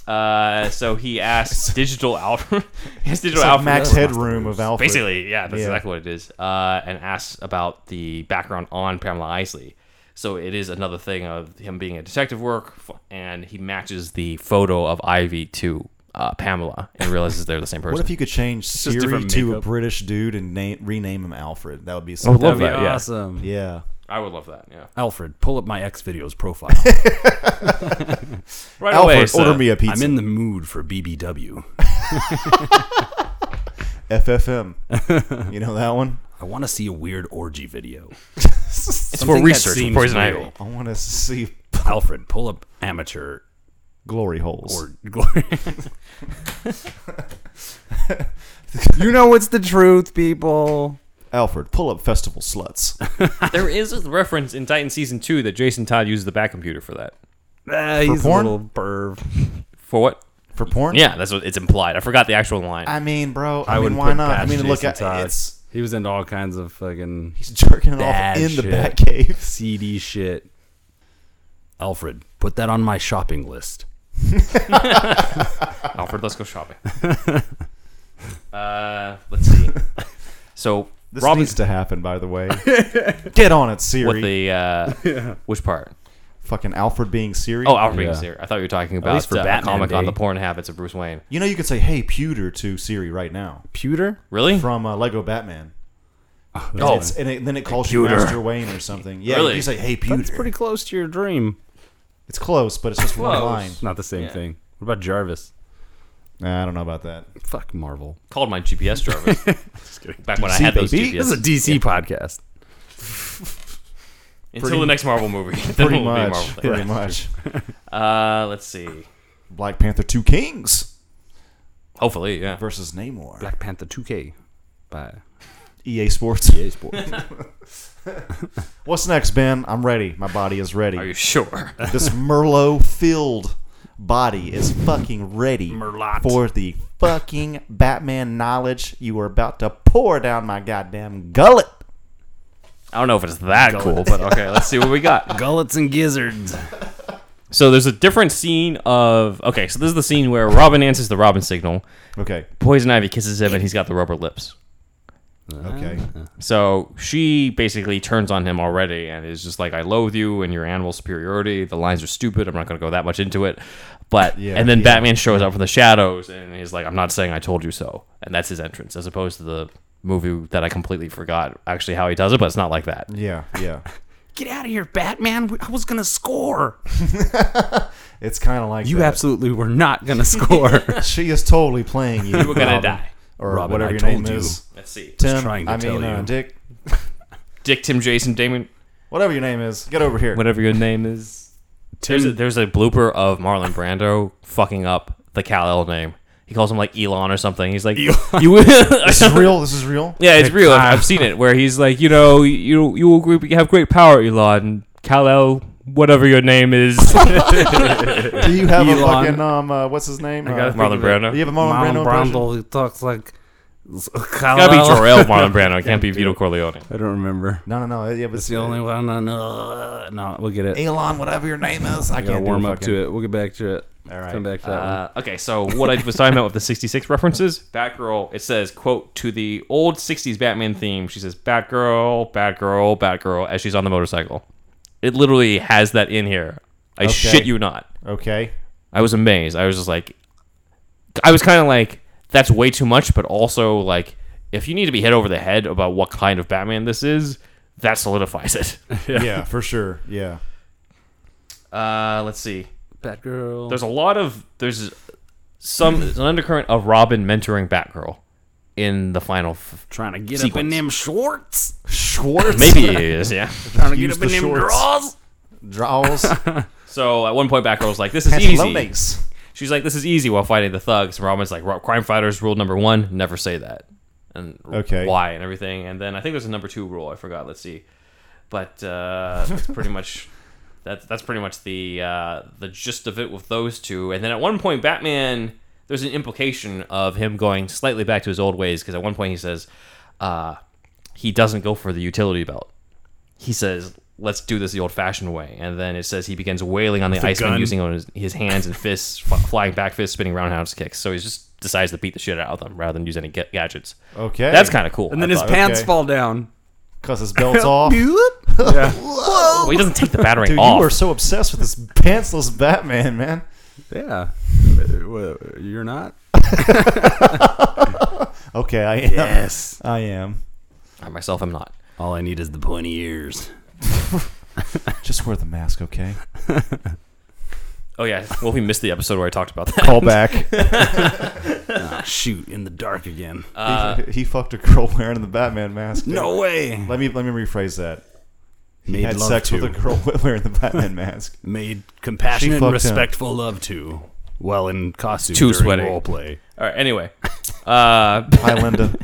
[SPEAKER 3] Uh, so he asks digital alfred he asks digital
[SPEAKER 5] It's like
[SPEAKER 3] alfred
[SPEAKER 5] Max Headroom of Alfred.
[SPEAKER 3] Basically, yeah, that's
[SPEAKER 5] Yeah.
[SPEAKER 3] exactly what it is. Uh, and asks about the background on Pamela Isley. So it is another thing of him being a detective work, f- and he matches the photo of Ivy to uh, Pamela and realizes they're the same person.
[SPEAKER 2] What if you could change
[SPEAKER 4] just
[SPEAKER 2] Siri
[SPEAKER 4] different
[SPEAKER 2] to a
[SPEAKER 4] makeup.
[SPEAKER 2] British dude and name, rename him Alfred? That would be
[SPEAKER 3] I would
[SPEAKER 2] something.
[SPEAKER 3] love
[SPEAKER 4] That'd be
[SPEAKER 3] Oh, that. Yeah,
[SPEAKER 4] awesome.
[SPEAKER 2] yeah.
[SPEAKER 3] I would love that. Yeah,
[SPEAKER 4] Alfred, pull up my X videos profile.
[SPEAKER 3] right
[SPEAKER 5] Alfred,
[SPEAKER 3] away. So,
[SPEAKER 5] order me a pizza.
[SPEAKER 4] I'm in the mood for BBW.
[SPEAKER 2] FFM. you know that one?
[SPEAKER 4] I want to see a weird orgy video.
[SPEAKER 3] it's for research. with Poison Ivy.
[SPEAKER 2] I want to see
[SPEAKER 4] Alfred, pull up amateur
[SPEAKER 5] Glory holes.
[SPEAKER 4] or glory.
[SPEAKER 2] You
[SPEAKER 4] know what's the truth, people.
[SPEAKER 2] Alfred pull up festival sluts.
[SPEAKER 3] there is a reference in Titan season two that Jason Todd uses the back computer for that.
[SPEAKER 4] Ah, he's
[SPEAKER 2] porn?
[SPEAKER 4] a little perv.
[SPEAKER 3] For what?
[SPEAKER 2] For porn?
[SPEAKER 3] Yeah, that's what it's implied. I forgot the actual line.
[SPEAKER 2] I mean, bro. I,
[SPEAKER 4] I
[SPEAKER 2] mean,
[SPEAKER 4] wouldn't
[SPEAKER 2] why
[SPEAKER 4] put
[SPEAKER 2] not? I
[SPEAKER 4] past
[SPEAKER 2] mean, look
[SPEAKER 4] Jason
[SPEAKER 2] at
[SPEAKER 4] Todd.
[SPEAKER 2] it's
[SPEAKER 4] He was into all kinds of fucking
[SPEAKER 2] he's jerking it off
[SPEAKER 4] Bad
[SPEAKER 2] in the
[SPEAKER 4] shit.
[SPEAKER 2] Batcave.
[SPEAKER 4] CD shit. Alfred, put that on my shopping list.
[SPEAKER 3] Alfred, let's go shopping. uh, let's see. So
[SPEAKER 2] This
[SPEAKER 3] Robin
[SPEAKER 2] needs to happen, by the way. Get on it, Siri.
[SPEAKER 3] with the uh, which part?
[SPEAKER 2] Fucking Alfred being Siri.
[SPEAKER 3] Oh, Alfred being
[SPEAKER 4] Yeah.
[SPEAKER 3] Siri. I thought you were talking about
[SPEAKER 4] least for
[SPEAKER 3] uh,
[SPEAKER 4] Batman
[SPEAKER 3] comic on
[SPEAKER 4] Day.
[SPEAKER 3] the porn habits of Bruce Wayne.
[SPEAKER 2] you know you could say, "Hey, pewter" to Siri right now
[SPEAKER 4] Pewter?
[SPEAKER 3] Really?
[SPEAKER 2] from uh, Lego Batman.
[SPEAKER 3] Oh.
[SPEAKER 2] It's- and it, then it calls you
[SPEAKER 3] Pewter.
[SPEAKER 2] Master Wayne or something. Yeah,
[SPEAKER 3] Really?
[SPEAKER 2] you say, "Hey, pewter."
[SPEAKER 4] That's pretty close to your dream.
[SPEAKER 2] It's close, but it's just one
[SPEAKER 3] Close.
[SPEAKER 2] line.
[SPEAKER 4] It's not the same
[SPEAKER 3] Yeah.
[SPEAKER 4] thing. What about Jarvis?
[SPEAKER 2] Nah, I don't know about that.
[SPEAKER 4] Fuck Marvel.
[SPEAKER 3] Called my GPS Jarvis.
[SPEAKER 4] kidding.
[SPEAKER 3] Back when I had those
[SPEAKER 2] baby.
[SPEAKER 3] GPS.
[SPEAKER 4] This is a DC podcast.
[SPEAKER 3] Until
[SPEAKER 2] pretty-
[SPEAKER 3] the next Marvel movie. then
[SPEAKER 2] Pretty
[SPEAKER 3] it will be a
[SPEAKER 2] much.
[SPEAKER 3] Marvel
[SPEAKER 2] Pretty
[SPEAKER 3] thing.
[SPEAKER 2] much.
[SPEAKER 3] Uh, let's see.
[SPEAKER 2] Black Panther: Two Kings
[SPEAKER 3] Hopefully, yeah.
[SPEAKER 2] versus Namor.
[SPEAKER 4] Black Panther 2K by
[SPEAKER 2] EA E Sports.
[SPEAKER 4] EA E Sports.
[SPEAKER 2] What's next, Ben? I'm ready. My body is ready.
[SPEAKER 3] Are you sure?
[SPEAKER 2] this Merlot filled body is fucking ready
[SPEAKER 4] Merlot.
[SPEAKER 2] for the fucking Batman knowledge you are about to pour down my goddamn gullet.
[SPEAKER 3] I don't know if it's that cool, but okay. Let's see what we got.
[SPEAKER 4] Gullets and gizzards.
[SPEAKER 3] So there's a different scene of okay. So this is the scene where Robin answers the Robin signal.
[SPEAKER 2] Okay.
[SPEAKER 3] Poison Ivy kisses him, and he's got the rubber lips.
[SPEAKER 2] Okay.
[SPEAKER 4] Uh-huh.
[SPEAKER 3] So she basically turns on him already and is just like, I loathe you and your animal superiority. The lines are stupid. I'm not going to go that much into it. But,
[SPEAKER 2] Yeah,
[SPEAKER 3] and then
[SPEAKER 2] yeah.
[SPEAKER 3] Batman shows up from the shadows and he's like, I'm not saying I told you so. And that's his entrance, as opposed to the movie that I completely forgot actually how he does it, but it's not like that.
[SPEAKER 2] Yeah, yeah.
[SPEAKER 4] Get out of here, Batman. I was going to score.
[SPEAKER 2] It's kind of like
[SPEAKER 4] You
[SPEAKER 2] that.
[SPEAKER 4] absolutely were not going to score.
[SPEAKER 2] She is totally playing you.
[SPEAKER 3] We're going to
[SPEAKER 2] Robin,
[SPEAKER 3] die.
[SPEAKER 2] or
[SPEAKER 4] Robin,
[SPEAKER 2] whatever
[SPEAKER 4] I
[SPEAKER 2] your
[SPEAKER 4] told
[SPEAKER 2] name
[SPEAKER 4] you.
[SPEAKER 2] is.
[SPEAKER 3] Let's see.
[SPEAKER 2] Tim.
[SPEAKER 4] trying to
[SPEAKER 2] I mean,
[SPEAKER 4] tell
[SPEAKER 2] uh,
[SPEAKER 4] you.
[SPEAKER 2] Dick.
[SPEAKER 3] Dick, Tim, Jason, Damon,
[SPEAKER 2] Whatever your name is, get over here.
[SPEAKER 3] whatever your name is. There's a, there's a blooper of Marlon Brando fucking up the Cal El name. He calls him like Elon or something. He's like, you.
[SPEAKER 2] This is real. This is real.
[SPEAKER 3] Yeah, it's real. I've seen it where he's like, you know, you you will gr- have great power, Elon, Kal El, whatever your name is.
[SPEAKER 2] Do you have a
[SPEAKER 4] Elon.
[SPEAKER 2] fucking um? Uh, what's his name? Uh, do
[SPEAKER 3] Marlon Brando.
[SPEAKER 2] you have a Marlon Brando impression?
[SPEAKER 4] he talks like.
[SPEAKER 3] Gotta be Jor El, Marlon Brando. It can't be Vito Corleone.
[SPEAKER 4] I don't remember.
[SPEAKER 2] No, no, no. Yeah, but
[SPEAKER 4] It's the only one I know. No, we'll get it.
[SPEAKER 2] Elon, whatever your name is. I
[SPEAKER 4] I gotta
[SPEAKER 2] can't
[SPEAKER 4] warm up to it. We'll get back to it.
[SPEAKER 2] All right.
[SPEAKER 4] Come back to that one.
[SPEAKER 3] Uh, okay, so what I was talking about with the '66 references, Batgirl. It says, "quote to the old '60s Batman theme." She says, "Batgirl, Batgirl, Batgirl," as she's on the motorcycle. It literally has that in here. I shit you not.
[SPEAKER 2] Okay.
[SPEAKER 3] I was amazed. I was just like, I was kind of like, that's way too much, but also like, if you need to be hit over the head about what kind of Batman this is, that solidifies it.
[SPEAKER 2] Yeah. for sure. Yeah.
[SPEAKER 3] uh, let's see.
[SPEAKER 4] Batgirl.
[SPEAKER 3] There's a lot of there's some an undercurrent of Robin mentoring Batgirl in the final. F-
[SPEAKER 4] trying to get up in
[SPEAKER 3] sequence.
[SPEAKER 4] them shorts.
[SPEAKER 2] Schwartz.
[SPEAKER 3] maybe it is, yeah.
[SPEAKER 4] Trying to
[SPEAKER 2] Use
[SPEAKER 4] get up
[SPEAKER 2] the
[SPEAKER 4] in them
[SPEAKER 2] shorts.
[SPEAKER 4] drawers.
[SPEAKER 2] Draws.
[SPEAKER 3] So at one point, Batgirl's like, "This is easy."
[SPEAKER 2] Pantalones.
[SPEAKER 3] She's like, "This is easy." While fighting the thugs, Robin's like, "Ro- "Crime fighters rule number one: never say that." And r-
[SPEAKER 2] Okay.
[SPEAKER 3] why and everything. And then I think there's a number two rule. I forgot. Let's see. But uh, that's pretty much that's that's pretty much the uh, the gist of it with those two. And then at one point, Batman there's an implication of him going slightly back to his old ways because at one point he says uh, he doesn't go for the utility belt. He says, "Let's do this the old-fashioned way," and then it says he begins wailing on the,
[SPEAKER 4] the
[SPEAKER 3] Iceman
[SPEAKER 4] gun.
[SPEAKER 3] using on his, his hands and fists, f- flying back fists, spinning roundhouse kicks. So he just decides to beat the shit out of them rather than use any ga- gadgets.
[SPEAKER 2] Okay.
[SPEAKER 3] That's kind of cool.
[SPEAKER 4] And then
[SPEAKER 3] I
[SPEAKER 4] his
[SPEAKER 3] thought.
[SPEAKER 4] pants
[SPEAKER 2] okay.
[SPEAKER 4] fall down.
[SPEAKER 2] Because his belt's
[SPEAKER 4] Oh.
[SPEAKER 2] off. Dude,
[SPEAKER 3] Well, he doesn't take the battering
[SPEAKER 2] you
[SPEAKER 3] off.
[SPEAKER 2] are so obsessed with this pantsless Batman, man.
[SPEAKER 4] Yeah. What, You're not?
[SPEAKER 2] Okay, I am. Yes. I am.
[SPEAKER 3] I myself am not.
[SPEAKER 4] All I need is the pointy ears.
[SPEAKER 2] Just wear the mask, okay?
[SPEAKER 3] Oh yeah, well we missed the episode where I talked about that.
[SPEAKER 2] Call back.
[SPEAKER 4] Ah, shoot, in the dark again.
[SPEAKER 2] he, he fucked a girl wearing the Batman mask. dude.
[SPEAKER 4] Uh, no way.
[SPEAKER 2] Let me let me rephrase that.
[SPEAKER 4] Made
[SPEAKER 2] He had
[SPEAKER 4] love
[SPEAKER 2] sex
[SPEAKER 4] to.
[SPEAKER 2] with a girl wearing the Batman mask.
[SPEAKER 4] Made
[SPEAKER 2] She
[SPEAKER 4] compassionate
[SPEAKER 2] fucked
[SPEAKER 4] and
[SPEAKER 2] him.
[SPEAKER 4] respectful love to. While in costume
[SPEAKER 3] Too
[SPEAKER 4] during
[SPEAKER 3] sweaty.
[SPEAKER 4] role play.
[SPEAKER 3] All right. Anyway, uh,
[SPEAKER 2] Hi, Linda.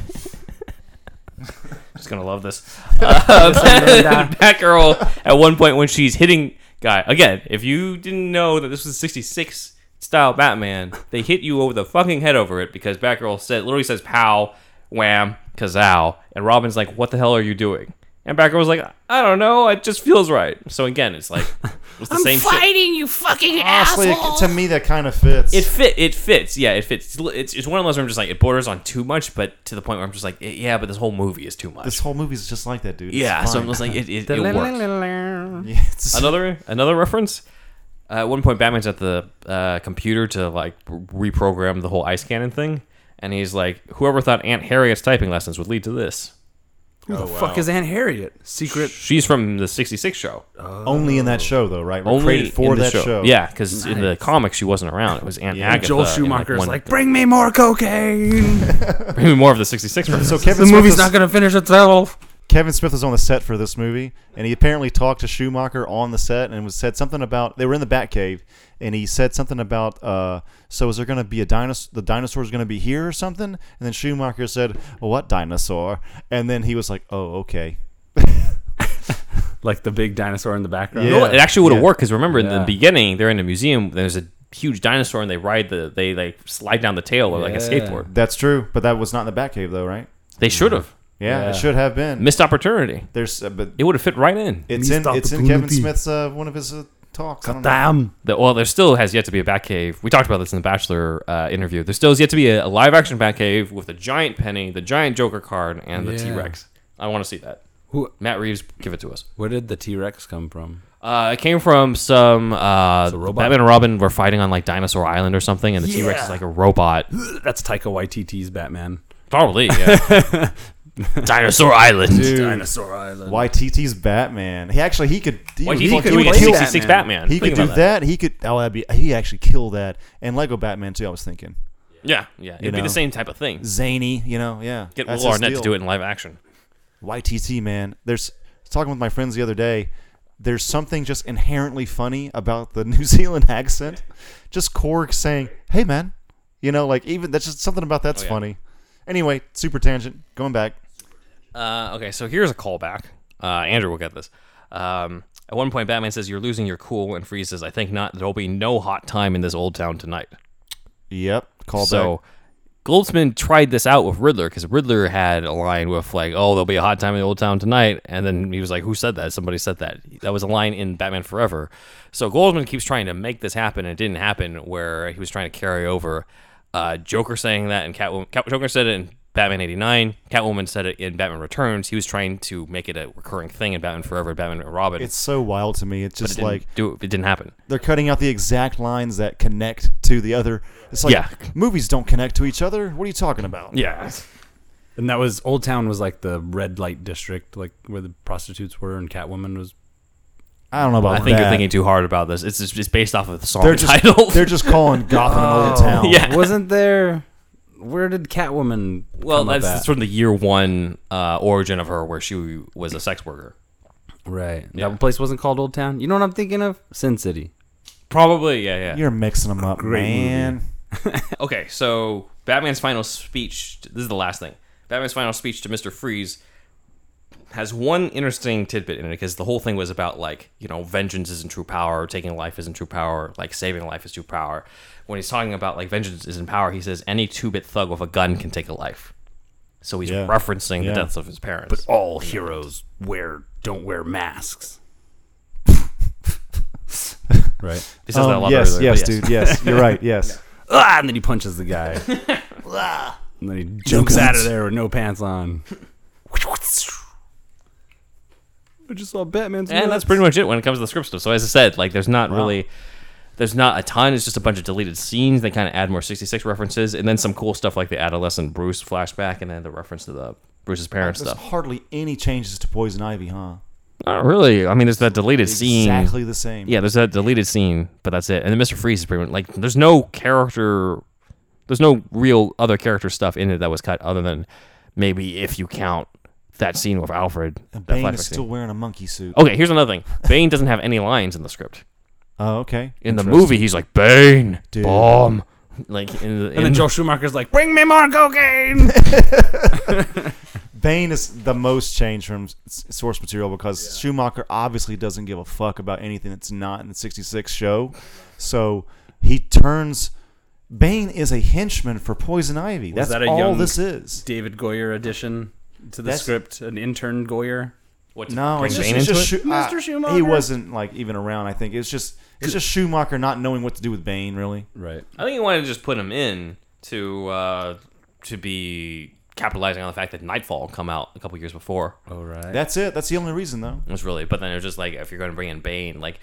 [SPEAKER 3] just gonna love this. Uh, Batgirl at one point when she's hitting guy again. If you didn't know that this was '66 style Batman, they hit you over the fucking head over it because Batgirl said literally says "pow, wham, kazow," and Robin's like, "What the hell are you doing?" And Batgirl's like, "I don't know. It just feels right." So again, it's like it's the same shit.
[SPEAKER 2] Honestly, to me that kind of fits.
[SPEAKER 3] It fit. It fits. Yeah, it fits. It's, it's one of those where I'm just like it borders on too much, but to the point where I'm just like, yeah, but this whole movie is too much.
[SPEAKER 2] this whole movie's just like that, dude. It's
[SPEAKER 3] yeah, so
[SPEAKER 2] fine.
[SPEAKER 3] I'm just like, it, it, it works.
[SPEAKER 2] Yeah, it's-
[SPEAKER 3] Another another reference. Uh, at one point, Batman's at the uh, computer to like re- reprogram the whole ice cannon thing, and he's like, "Whoever thought Aunt Harriet's typing lessons would lead to this?
[SPEAKER 4] Who the fuck is Aunt Harriet? Secret.
[SPEAKER 3] She's from the '66 show,
[SPEAKER 2] only in that show though, right? We're
[SPEAKER 3] only
[SPEAKER 2] created Oh, for
[SPEAKER 3] in the
[SPEAKER 2] that
[SPEAKER 3] show.
[SPEAKER 2] show.
[SPEAKER 3] Yeah, because in the comics she wasn't around. It was Aunt
[SPEAKER 2] Yeah.
[SPEAKER 3] Agatha.
[SPEAKER 4] Joel
[SPEAKER 3] in,
[SPEAKER 4] Schumacher's
[SPEAKER 3] one-
[SPEAKER 4] like, bring me more cocaine.
[SPEAKER 3] bring me more of the '66 reference.
[SPEAKER 2] So Kevin
[SPEAKER 4] the
[SPEAKER 2] Smith
[SPEAKER 4] movie's
[SPEAKER 2] is-
[SPEAKER 4] not going to finish itself.
[SPEAKER 2] Kevin Smith was on the set for this movie, and he apparently talked to Schumacher on the set and was said something about they were in the Batcave, and he said something about uh, so is there going to be a dinosaur? The dinosaur's going to be here or something? And then Schumacher said, well, "What dinosaur?" And then he was like, "Oh, okay."
[SPEAKER 4] Like the big dinosaur in the background.
[SPEAKER 2] Yeah.
[SPEAKER 3] You know what? It actually would have
[SPEAKER 2] Yeah.
[SPEAKER 3] worked because remember in
[SPEAKER 4] Yeah.
[SPEAKER 3] the beginning they're in a museum. There's a huge dinosaur and they ride the they like slide down the tail of like a
[SPEAKER 4] Yeah.
[SPEAKER 3] skateboard.
[SPEAKER 2] That's true, but that was not in the Batcave though, right?
[SPEAKER 3] They should have
[SPEAKER 2] Yeah,
[SPEAKER 4] Yeah.
[SPEAKER 2] it should have been.
[SPEAKER 3] missed opportunity.
[SPEAKER 2] There's, uh, but
[SPEAKER 3] It would have fit right in.
[SPEAKER 2] it's
[SPEAKER 4] Missed
[SPEAKER 2] in it's in Kevin
[SPEAKER 4] opportunity.
[SPEAKER 2] Smith's uh, one of his uh, talks. I don't know.
[SPEAKER 4] Damn.
[SPEAKER 3] The, well, there still has yet to be a Batcave. We talked about this in the Bachelor uh, interview. There still is yet to be a, a live action Batcave with a giant penny, the giant Joker card, and the
[SPEAKER 4] Yeah.
[SPEAKER 3] T Rex. I want to see that.
[SPEAKER 4] Who-
[SPEAKER 3] Matt Reeves, give it to us.
[SPEAKER 4] Where did the T Rex come from?
[SPEAKER 3] Uh, it came from some uh,
[SPEAKER 4] It's a robot.
[SPEAKER 3] Batman and Robin were fighting on like Dinosaur Island or something, and the T Rex
[SPEAKER 4] Yeah.
[SPEAKER 3] is like a robot.
[SPEAKER 4] That's Taika Waititi's Batman.
[SPEAKER 3] Probably, yeah. Dinosaur Island.
[SPEAKER 4] Dinosaur Island.
[SPEAKER 2] YTT's Batman. He actually he could he,
[SPEAKER 3] Why
[SPEAKER 2] would-
[SPEAKER 3] do you
[SPEAKER 2] he
[SPEAKER 3] think
[SPEAKER 2] could
[SPEAKER 3] doing a
[SPEAKER 2] kill-
[SPEAKER 3] 66 Batman?
[SPEAKER 2] He could
[SPEAKER 3] Think
[SPEAKER 2] do
[SPEAKER 3] about
[SPEAKER 2] that. He could. Oh, that'd be. He actually kill that. And Lego Batman too. I was thinking
[SPEAKER 3] Yeah, yeah. It'd be
[SPEAKER 2] know.
[SPEAKER 3] the same type of thing.
[SPEAKER 2] zany. You know, yeah.
[SPEAKER 3] Get
[SPEAKER 2] That's
[SPEAKER 3] Will
[SPEAKER 2] his
[SPEAKER 3] Arnett to
[SPEAKER 2] deal.
[SPEAKER 3] do it in live action.
[SPEAKER 2] YTT man. There's I was talking with my friends the other day. There's something just inherently funny about the New Zealand accent. Just Korg saying, "Hey man," you know, like even that's just something about that's
[SPEAKER 3] Oh, yeah.
[SPEAKER 2] funny. Anyway, super tangent. Going back.
[SPEAKER 3] Uh, okay, so here's a callback. Uh, Andrew will get this. Um, at one point, Batman says, "You're losing your cool," and Freeze says, "I think not. There'll be no hot time in this old town tonight."
[SPEAKER 2] Yep. Call
[SPEAKER 3] so. Goldsman tried this out with Riddler because Riddler had a line with like, "Oh, there'll be a hot time in the old town tonight," and then he was like, "Who said that? Somebody said that." That was a line in Batman Forever. So Goldsman keeps trying to make this happen, and it didn't happen. Where he was trying to carry over uh, Joker saying that, and Catwoman, Cat, Joker said it in Batman '89. Catwoman said it in Batman Returns. He was trying to make it a recurring thing in Batman Forever, Batman and Robin.
[SPEAKER 2] It's so wild to me. It's
[SPEAKER 3] It
[SPEAKER 2] just
[SPEAKER 3] didn't
[SPEAKER 2] like
[SPEAKER 3] do it. It didn't happen.
[SPEAKER 2] they're cutting out the exact lines that connect to the other. It's like
[SPEAKER 3] Yeah.
[SPEAKER 2] movies don't connect to each other. What are you talking about?
[SPEAKER 3] Yeah.
[SPEAKER 4] And that was Old Town was like the red light district, like where the prostitutes were and Catwoman was.
[SPEAKER 2] I don't know about
[SPEAKER 3] I think
[SPEAKER 2] Oh, that.
[SPEAKER 3] you're thinking too hard about this. It's just it's based off of the song
[SPEAKER 2] they're just
[SPEAKER 3] title.
[SPEAKER 2] they're just calling Gotham an old
[SPEAKER 4] Oh.
[SPEAKER 2] town.
[SPEAKER 3] Oh, Yeah.
[SPEAKER 4] Wasn't there? Where did Catwoman?
[SPEAKER 3] Well,
[SPEAKER 4] come up
[SPEAKER 3] that's,
[SPEAKER 4] at?
[SPEAKER 3] that's from the year one uh, origin of her, where she was a sex worker.
[SPEAKER 4] right.
[SPEAKER 3] Yeah.
[SPEAKER 4] That place wasn't called Old Town. You know what I'm thinking of? Sin City.
[SPEAKER 3] Probably, yeah, yeah.
[SPEAKER 2] You're mixing them up, man.
[SPEAKER 3] okay, so Batman's final speech. This is the last thing. Batman's final speech to Mister Freeze has one interesting tidbit in it because the whole thing was about like you know vengeance isn't true power, taking life isn't true power, like saving life is true power. When he's talking about like vengeance isn't power, he says any two-bit thug with a gun can take a life. So he's
[SPEAKER 6] Yeah.
[SPEAKER 3] referencing
[SPEAKER 6] Yeah.
[SPEAKER 3] the deaths of his parents.
[SPEAKER 4] But all heroes wear don't wear masks. right.
[SPEAKER 3] he says that a
[SPEAKER 6] Um,
[SPEAKER 3] lot
[SPEAKER 6] yes,
[SPEAKER 3] earlier,
[SPEAKER 6] yes,
[SPEAKER 3] but
[SPEAKER 6] dude. Yes, you're right. Yes.
[SPEAKER 4] Ah, and then he punches the guy. Ah, and then he jumps out of there with no pants on. I just saw Batman's.
[SPEAKER 3] and that's pretty much it when it comes to the script stuff. So as I said, like there's not really there's not a ton. It's just a bunch of deleted scenes. They kind of add more 66 references and then some cool stuff like the adolescent Bruce flashback and then the reference to the Bruce's parents
[SPEAKER 2] There's
[SPEAKER 3] stuff.
[SPEAKER 2] hardly any changes to Poison Ivy, huh?
[SPEAKER 3] Not really. I mean, there's that deleted scene.
[SPEAKER 2] Exactly the same.
[SPEAKER 3] Yeah, there's that deleted scene, but that's it. And then Mr. Freeze is pretty much like there's no character, there's no real other character stuff in it that was cut other than maybe if you count that scene with Alfred.
[SPEAKER 2] And
[SPEAKER 3] that
[SPEAKER 2] Bane
[SPEAKER 3] flashback
[SPEAKER 2] is still
[SPEAKER 3] scene. Oh.
[SPEAKER 2] wearing a monkey suit.
[SPEAKER 3] Okay, here's another thing. Bane doesn't have any lines in the script.
[SPEAKER 2] Oh, okay.
[SPEAKER 3] In the movie, he's like Bane,
[SPEAKER 2] Dude.
[SPEAKER 3] bomb. Like in the,
[SPEAKER 4] And
[SPEAKER 3] in-
[SPEAKER 4] then Joel Schumacher's like, "Bring me more cocaine."
[SPEAKER 2] Bane is the most changed from s- source material because Schumacher obviously doesn't give a fuck about anything that's not in the 66 show. So he turns. Bane is a henchman for Poison Ivy. That's
[SPEAKER 4] that a
[SPEAKER 2] all
[SPEAKER 4] young-
[SPEAKER 2] this is.
[SPEAKER 4] David Goyer addition to the
[SPEAKER 2] That's-
[SPEAKER 4] script, an intern Goyer.
[SPEAKER 3] what's
[SPEAKER 2] No,
[SPEAKER 3] bring
[SPEAKER 2] it's just,
[SPEAKER 3] Bane
[SPEAKER 2] it's
[SPEAKER 3] into
[SPEAKER 2] just
[SPEAKER 3] it?
[SPEAKER 2] Schu- uh,
[SPEAKER 4] Mr. Schumacher?
[SPEAKER 2] He wasn't like even around. I think it's just it's just Schumacher not knowing what to do with Bane. Really,
[SPEAKER 4] Right.
[SPEAKER 3] I think he wanted to just put him in to uh, to be capitalizing on the fact that Nightfall come out a couple years before.
[SPEAKER 4] Oh right.
[SPEAKER 2] that's it. That's the only reason though.
[SPEAKER 3] It was really, but then it was just like, if you're going to bring in Bane, like,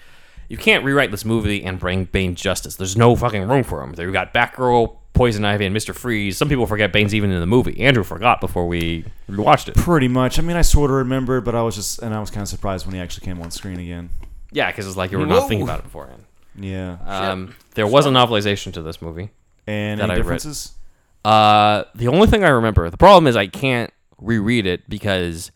[SPEAKER 3] you can't rewrite this movie and bring Bane justice. There's no fucking room for him. You've got Batgirl, Poison Ivy, and Mr. Freeze. Some people forget Bane's even in the movie. Andrew forgot before we watched it.
[SPEAKER 2] Pretty much. I mean, I sort of remembered, but I was just and I was kind of surprised when he actually came on screen again.
[SPEAKER 3] Yeah, because it's like you were not thinking about it beforehand.
[SPEAKER 2] Yeah,
[SPEAKER 3] Um, there was a novelization to this movie.
[SPEAKER 2] and
[SPEAKER 3] that I
[SPEAKER 2] any
[SPEAKER 3] read.
[SPEAKER 2] differences?
[SPEAKER 3] Uh, the only thing I remember, the problem is I can't reread it because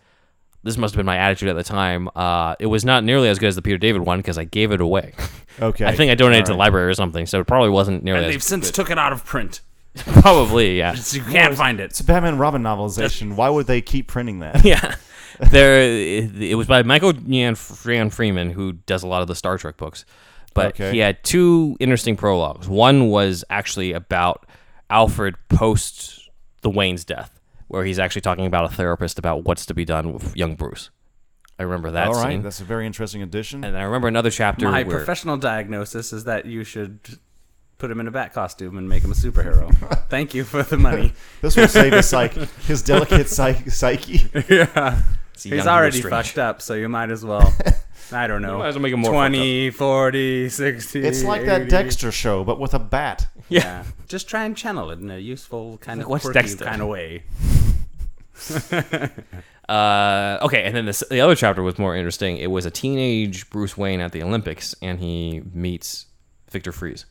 [SPEAKER 3] this must have been my attitude at the time. Uh, it was not nearly as good as the Peter David one because I gave it away.
[SPEAKER 2] Okay,
[SPEAKER 3] I think I donated it to the library or something, so it probably wasn't nearly
[SPEAKER 4] And
[SPEAKER 3] as
[SPEAKER 4] they've since took it out of print,
[SPEAKER 3] Probably, yeah.
[SPEAKER 4] so you can't find it.
[SPEAKER 2] It's a Batman Robin novelization. Why would they keep printing that?
[SPEAKER 3] yeah. There, it, it was by Michael Jan, Jan Freeman, who does a lot of the Star Trek books. But
[SPEAKER 2] Okay.
[SPEAKER 3] he had two interesting prologues. One was actually about Alfred post the Wayne's death, where he's actually talking about a therapist about what's to be done with young Bruce. I remember that
[SPEAKER 2] All right,
[SPEAKER 3] scene.
[SPEAKER 2] that's a very interesting addition.
[SPEAKER 3] and I remember another chapter
[SPEAKER 4] My
[SPEAKER 3] where
[SPEAKER 4] professional diagnosis is that you should put him in a bat costume and make him a superhero. Thank you for the money.
[SPEAKER 2] This will save his like his delicate psych- psyche.
[SPEAKER 4] yeah.
[SPEAKER 3] it's a young
[SPEAKER 4] He's
[SPEAKER 3] Hugo
[SPEAKER 4] already
[SPEAKER 3] Strange.
[SPEAKER 4] fucked up, so you might as well. I don't know.
[SPEAKER 3] might as well make him more fucked
[SPEAKER 4] 20, 40, 60.
[SPEAKER 2] It's like that
[SPEAKER 4] 80.
[SPEAKER 2] Dexter show, but with a bat.
[SPEAKER 4] Yeah. Just try and channel it in a useful kind of
[SPEAKER 3] What's
[SPEAKER 4] quirky
[SPEAKER 3] Dexter?
[SPEAKER 4] kind of way.
[SPEAKER 3] Uh, okay, and then this, the other chapter was more interesting. It was a teenage Bruce Wayne at the Olympics, and he meets Victor Freeze,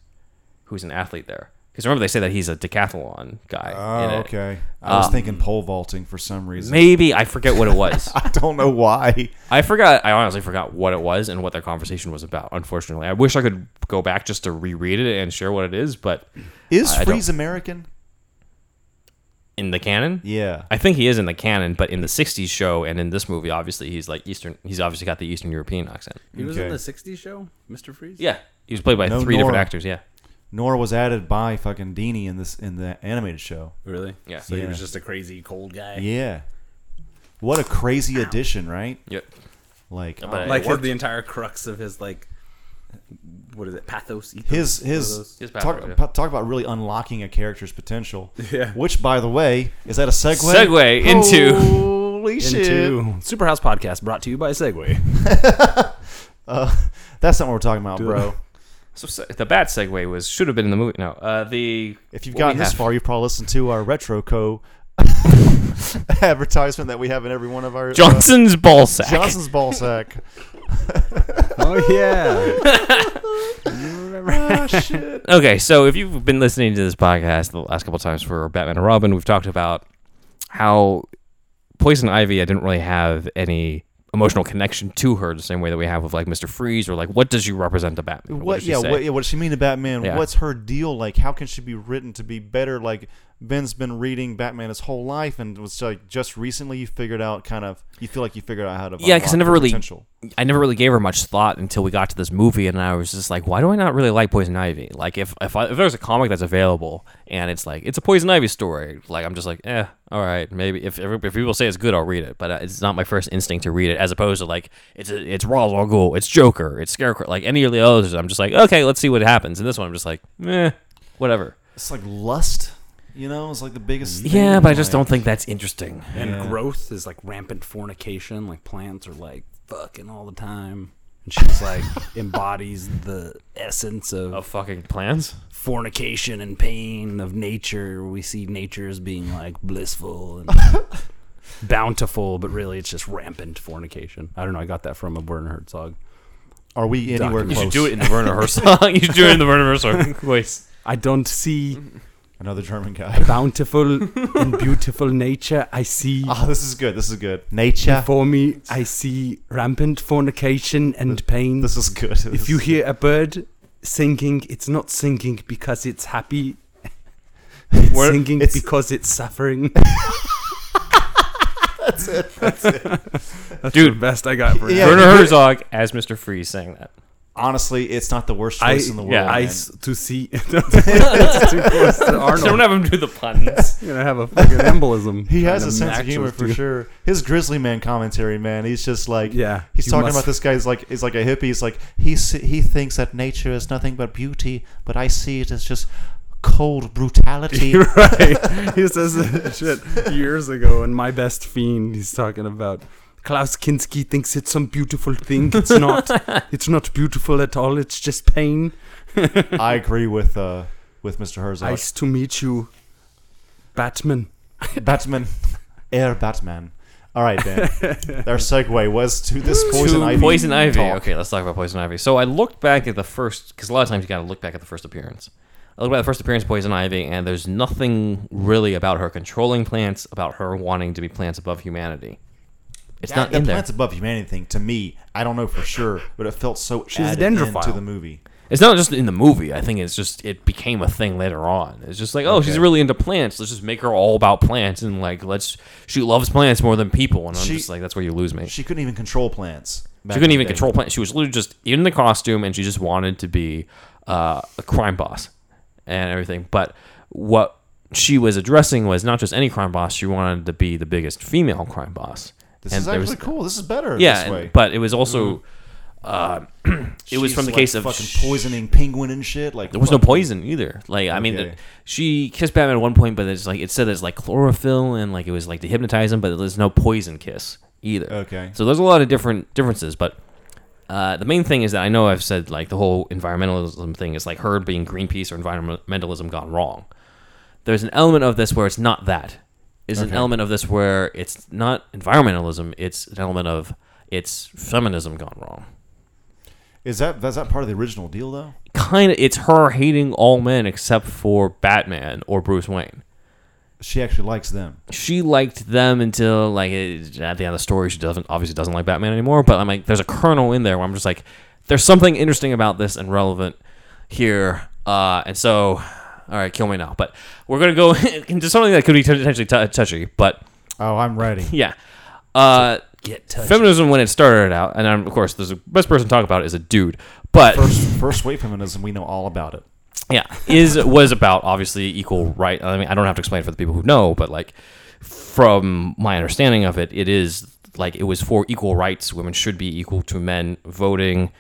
[SPEAKER 3] who's an athlete there. Because remember, they say that he's a decathlon guy. in
[SPEAKER 2] Oh,
[SPEAKER 3] it.
[SPEAKER 2] I was
[SPEAKER 3] Um,
[SPEAKER 2] thinking pole vaulting for some reason.
[SPEAKER 3] Maybe I forget what it was.
[SPEAKER 2] I don't know why.
[SPEAKER 3] I forgot. I honestly forgot what it was and what their conversation was about. Unfortunately, I wish I could go back just to reread it and share what it is. But
[SPEAKER 2] Is
[SPEAKER 3] I don't-
[SPEAKER 2] Freeze American?
[SPEAKER 3] in the canon,
[SPEAKER 2] Yeah.
[SPEAKER 3] I think he is in the canon. But in the '60s show and in this movie, obviously he's like Eastern. He's obviously got the Eastern European accent.
[SPEAKER 4] He was
[SPEAKER 2] Okay.
[SPEAKER 4] in the 60s show, Mr. Freeze?
[SPEAKER 3] Yeah, he was played by
[SPEAKER 2] No
[SPEAKER 3] three different
[SPEAKER 2] Nora.
[SPEAKER 3] actors. Yeah.
[SPEAKER 2] Nora was added by fucking Dini in this in the animated show.
[SPEAKER 4] Really?
[SPEAKER 3] Yeah.
[SPEAKER 4] So he
[SPEAKER 2] Yeah.
[SPEAKER 4] was just a crazy cold guy.
[SPEAKER 2] Yeah. What a crazy addition, right?
[SPEAKER 3] Yep.
[SPEAKER 2] Like
[SPEAKER 3] But
[SPEAKER 2] oh,
[SPEAKER 3] it
[SPEAKER 4] like his,
[SPEAKER 3] worked.
[SPEAKER 4] the entire crux of his like what is it pathos ethos,
[SPEAKER 2] his
[SPEAKER 4] one of
[SPEAKER 2] his,
[SPEAKER 4] those?
[SPEAKER 3] His
[SPEAKER 2] talk,
[SPEAKER 3] pathway, yeah.
[SPEAKER 2] pa- talk about really unlocking a character's potential.
[SPEAKER 4] Yeah.
[SPEAKER 2] Which, by the way, is that a segue?
[SPEAKER 3] Segue into-
[SPEAKER 2] holy shit.
[SPEAKER 4] into Superhouse podcast brought to you by Segway.
[SPEAKER 2] Uh, that's not what we're talking about, bro.
[SPEAKER 3] So se- the bat segue was should have been in the movie. No, uh, the
[SPEAKER 2] If you've
[SPEAKER 3] what
[SPEAKER 2] gotten
[SPEAKER 3] we
[SPEAKER 2] this
[SPEAKER 3] have-
[SPEAKER 2] far, you've probably listened to our retro co advertisement that we have in every one of our uh,
[SPEAKER 3] Johnson's ball sack.
[SPEAKER 2] Johnson's ball sack.
[SPEAKER 4] oh yeah.
[SPEAKER 2] Ah, shit.
[SPEAKER 3] Okay, so if you've been listening to this podcast the last couple times for Batman and Robin, we've talked about how Poison Ivy. I didn't really have any emotional connection to her the same way that we have with like Mister Freeze or like what does she represent to Batman?
[SPEAKER 2] What?
[SPEAKER 3] does she
[SPEAKER 2] yeah,
[SPEAKER 3] say?
[SPEAKER 2] what, yeah. What does she mean to Batman?
[SPEAKER 3] Yeah.
[SPEAKER 2] What's her deal? Like, how can she be written to be better? Like Ben's been reading Batman his whole life, and was like just recently you figured out kind of you feel like you figured out how to
[SPEAKER 3] Yeah, 'cause I
[SPEAKER 2] unlock
[SPEAKER 3] never
[SPEAKER 2] the
[SPEAKER 3] really-
[SPEAKER 2] potential.
[SPEAKER 3] I never really gave her much thought until we got to this movie, and I was just like, why do I not really like Poison Ivy? Like, if if, I, if there's a comic that's available and it's like it's a Poison Ivy story, like I'm just like, eh, all right, maybe if every- if people say it's good, I'll read it, but uh, it's not my first instinct to read it. As opposed to like it's a, it's Ra's al Ghul, it's Joker, it's Scarecrow, like any of the others, I'm just like, okay, let's see what happens. And this one, I'm just like, eh, whatever.
[SPEAKER 2] It's like lust, you know. It's like the biggest. thing,
[SPEAKER 3] Yeah, but I just
[SPEAKER 2] like-
[SPEAKER 3] don't think that's interesting.
[SPEAKER 4] And
[SPEAKER 2] Yeah.
[SPEAKER 4] growth is like rampant fornication. Like plants are like fucking all the time. And she's like embodies the essence
[SPEAKER 3] Of
[SPEAKER 4] of,
[SPEAKER 3] Oh, fucking plans.
[SPEAKER 4] fornication and pain of nature. We see nature as being like blissful and bountiful, but really it's just rampant fornication. I don't know. I got that from a Werner Herzog.
[SPEAKER 2] Are we anywhere
[SPEAKER 4] Doctor-
[SPEAKER 2] close?
[SPEAKER 4] You should
[SPEAKER 3] in the Werner Herzog. you should do it in the Werner Herzog voice.
[SPEAKER 4] I don't see
[SPEAKER 2] Another German guy.
[SPEAKER 4] bountiful and beautiful nature. I see
[SPEAKER 2] Ah, this is good. This is good. Nature.
[SPEAKER 4] before me. I see rampant fornication and pain.
[SPEAKER 2] This is good.
[SPEAKER 4] If you hear a bird singing, it's not singing because it's happy. It's
[SPEAKER 2] We're-
[SPEAKER 4] singing
[SPEAKER 2] it's-
[SPEAKER 4] because it's suffering.
[SPEAKER 3] Dude,
[SPEAKER 4] The best I got for
[SPEAKER 2] Yeah,
[SPEAKER 3] Werner
[SPEAKER 2] but-
[SPEAKER 3] Herzog as Mr. Freeze saying that.
[SPEAKER 2] honestly, it's not the worst
[SPEAKER 4] I,
[SPEAKER 2] choice in the world.
[SPEAKER 3] yeah,
[SPEAKER 2] man.
[SPEAKER 4] I s- to see. That's too close to
[SPEAKER 3] Don't
[SPEAKER 4] Arnold.
[SPEAKER 3] have him do the puns.
[SPEAKER 4] You're gonna have a fucking embolism.
[SPEAKER 2] He has
[SPEAKER 4] Trying
[SPEAKER 2] a
[SPEAKER 4] to
[SPEAKER 2] sense
[SPEAKER 4] match
[SPEAKER 2] of humor
[SPEAKER 4] those
[SPEAKER 2] for
[SPEAKER 4] two.
[SPEAKER 2] sure. His Grizzly Man commentary, man, he's just like,
[SPEAKER 4] Yeah,
[SPEAKER 2] he's
[SPEAKER 4] you
[SPEAKER 2] talking
[SPEAKER 4] must-
[SPEAKER 2] about this guy. He's like, he's like a hippie. He's like, he s- he thinks that nature is nothing but beauty, but I see it as just cold brutality.
[SPEAKER 4] You're right. He says that shit years ago in My Best Fiend. He's talking about Klaus Kinski thinks it's some beautiful thing. It's not. it's not beautiful at all. It's just pain.
[SPEAKER 2] I agree with uh with Mr. Herzog.
[SPEAKER 4] Nice to meet you, Batman.
[SPEAKER 2] Batman, Air Batman. All right, Ben. Our segue was to this poison
[SPEAKER 3] To
[SPEAKER 2] ivy.
[SPEAKER 3] Poison Ivy.
[SPEAKER 2] talk.
[SPEAKER 3] Okay, let's talk about Poison Ivy. So I looked back at the first, because a lot of times you got to look back at the first appearance. I looked back at the first appearance of Poison Ivy, and there's nothing really about her controlling plants, about her wanting to be plants above humanity. It's
[SPEAKER 2] That-
[SPEAKER 3] not
[SPEAKER 2] that
[SPEAKER 3] in there.
[SPEAKER 2] plants above humanity thing to me. I don't know for sure, but it felt so
[SPEAKER 4] She's a
[SPEAKER 2] added into
[SPEAKER 4] dendrophile.
[SPEAKER 2] the movie.
[SPEAKER 3] It's not just in the movie. I think it's just it became a thing later on. It's just like, oh, she's
[SPEAKER 2] Okay.
[SPEAKER 3] really into plants. Let's just make her all about plants and like let's she loves plants more than people. And I'm
[SPEAKER 2] She-
[SPEAKER 3] just like, that's where you lose me.
[SPEAKER 2] She
[SPEAKER 3] She,
[SPEAKER 2] couldn't even control plants. back in
[SPEAKER 3] couldn't
[SPEAKER 2] the
[SPEAKER 3] even
[SPEAKER 2] day.
[SPEAKER 3] control plants. She was literally just in the costume and she just wanted to be uh, a crime boss and everything. But what she was addressing was not just any crime boss. She wanted to be the biggest female crime boss.
[SPEAKER 2] This
[SPEAKER 3] And
[SPEAKER 2] is
[SPEAKER 3] there
[SPEAKER 2] actually
[SPEAKER 3] was-
[SPEAKER 2] cool. This is better.
[SPEAKER 3] Yeah,
[SPEAKER 2] this
[SPEAKER 3] and-
[SPEAKER 2] way.
[SPEAKER 3] but it was also. Uh, it was
[SPEAKER 2] She's,
[SPEAKER 3] from the
[SPEAKER 2] like,
[SPEAKER 3] case of
[SPEAKER 2] fucking poisoning penguin and shit. Like
[SPEAKER 3] There was no poison either. Like I mean,
[SPEAKER 2] Okay.
[SPEAKER 3] the, she kissed Batman at one point, but it's like it said it's like chlorophyll and like it was like to hypnotize him, but there's no poison kiss either.
[SPEAKER 2] Okay.
[SPEAKER 3] So there's a lot of different differences, but uh, the main thing is that I know I've said like the whole environmentalism thing is like her being Greenpeace or environmentalism gone wrong. There's an element of this where it's not that. Is an
[SPEAKER 2] Okay.
[SPEAKER 3] element of this where it's not environmentalism. It's an element of it's feminism gone wrong.
[SPEAKER 2] Is that that's that part of the original deal though?
[SPEAKER 3] Kind of, it's her hating all men except for Batman or Bruce Wayne.
[SPEAKER 2] She actually likes them.
[SPEAKER 3] she liked them until like it, at the end of the story she doesn't obviously doesn't like batman anymore but i'm like there's a kernel in there where i'm just like there's something interesting about this and relevant here uh and so all right kill me now but we're gonna go into something that could be potentially t- touchy but
[SPEAKER 2] Oh, I'm ready.
[SPEAKER 3] yeah uh
[SPEAKER 4] Get touched.
[SPEAKER 3] feminism when it started out and I'm, of course there's a best person to talk about it is a dude but
[SPEAKER 2] First, first wave feminism. We know all about it.
[SPEAKER 3] yeah is was about obviously equal right i mean i don't have to explain it for the people who know but like from my understanding of it it is like it was for equal rights women should be equal to men voting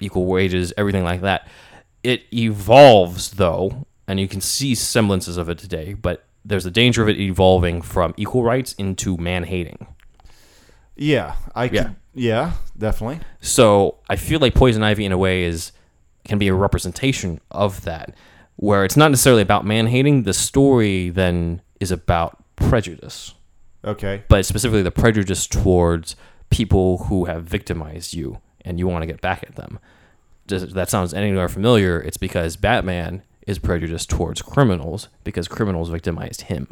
[SPEAKER 3] equal wages everything like that it evolves though and you can see semblances of it today but there's a danger of it evolving from equal rights into man hating
[SPEAKER 2] Yeah, I
[SPEAKER 3] Yeah.
[SPEAKER 2] could. Yeah, definitely.
[SPEAKER 3] So I feel like Poison Ivy, in a way, is can be a representation of that, where it's not necessarily about man hating. The story then is about prejudice,
[SPEAKER 2] Okay.
[SPEAKER 3] but specifically the prejudice towards people who have victimized you, and you want to get back at them. Does if that sounds anywhere familiar? It's because Batman is prejudiced towards criminals because criminals victimized him.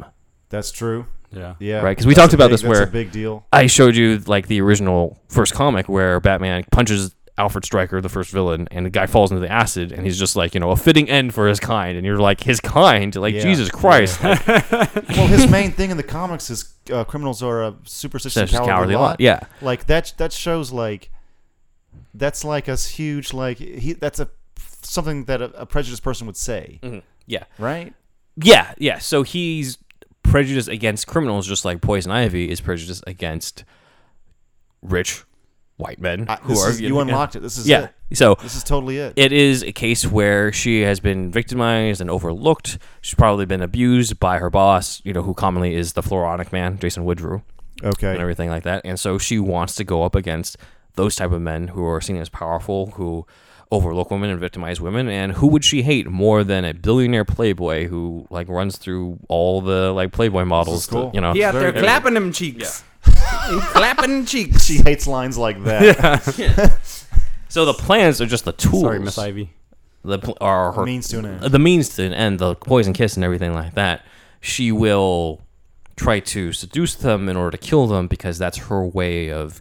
[SPEAKER 2] That's true.
[SPEAKER 4] Yeah.
[SPEAKER 2] Yeah.
[SPEAKER 3] Right, 'cause we
[SPEAKER 2] That's
[SPEAKER 3] talked
[SPEAKER 2] a
[SPEAKER 3] about
[SPEAKER 2] big-
[SPEAKER 3] this
[SPEAKER 2] that's
[SPEAKER 3] where-
[SPEAKER 2] a big deal.
[SPEAKER 3] I showed you like the original first comic where Batman punches Alfred Stryker, the first villain, and the guy falls into the acid, and he's just like, you know, a fitting end for his kind. And you're like, his kind, like
[SPEAKER 2] Yeah.
[SPEAKER 3] Jesus Christ, like,
[SPEAKER 2] well, his main thing in the comics is uh, criminals are a superstitious,
[SPEAKER 3] that's just
[SPEAKER 2] cowardly,
[SPEAKER 3] cowardly
[SPEAKER 2] lot.
[SPEAKER 3] lot. Yeah,
[SPEAKER 2] like that. That shows like that's like a huge like he. That's a something that a, a prejudiced person would say,
[SPEAKER 3] yeah,
[SPEAKER 2] right?
[SPEAKER 3] yeah, yeah. So he's prejudiced against criminals, just like Poison Ivy is prejudiced against rich white men
[SPEAKER 2] I,
[SPEAKER 3] who
[SPEAKER 2] Uh, this
[SPEAKER 3] are
[SPEAKER 2] is- you unlocked it. This is
[SPEAKER 3] Yeah,
[SPEAKER 2] it.
[SPEAKER 3] so
[SPEAKER 2] This is totally it.
[SPEAKER 3] it is a case where she has been victimized and overlooked. She's probably been abused by her boss, you know, who commonly is the Floronic Man, Jason Woodrue, and
[SPEAKER 2] okay.
[SPEAKER 3] everything like that. And so she wants to go up against those type of men who are seen as powerful, who overlook women and victimize women. And who would she hate more than a billionaire playboy who like runs through all the like playboy models?
[SPEAKER 2] cool.
[SPEAKER 3] that, you know,
[SPEAKER 4] He out there
[SPEAKER 3] Very-
[SPEAKER 4] clapping them cheeks. He clapping cheeks.
[SPEAKER 2] She hates lines like that.
[SPEAKER 3] So the plans are just the tools.
[SPEAKER 4] Sorry, Miss Ivy.
[SPEAKER 3] the pl- or her
[SPEAKER 2] Means to an end.
[SPEAKER 3] the means to an end, the poison kiss and everything like that. She will try to seduce them in order to kill them because that's her way of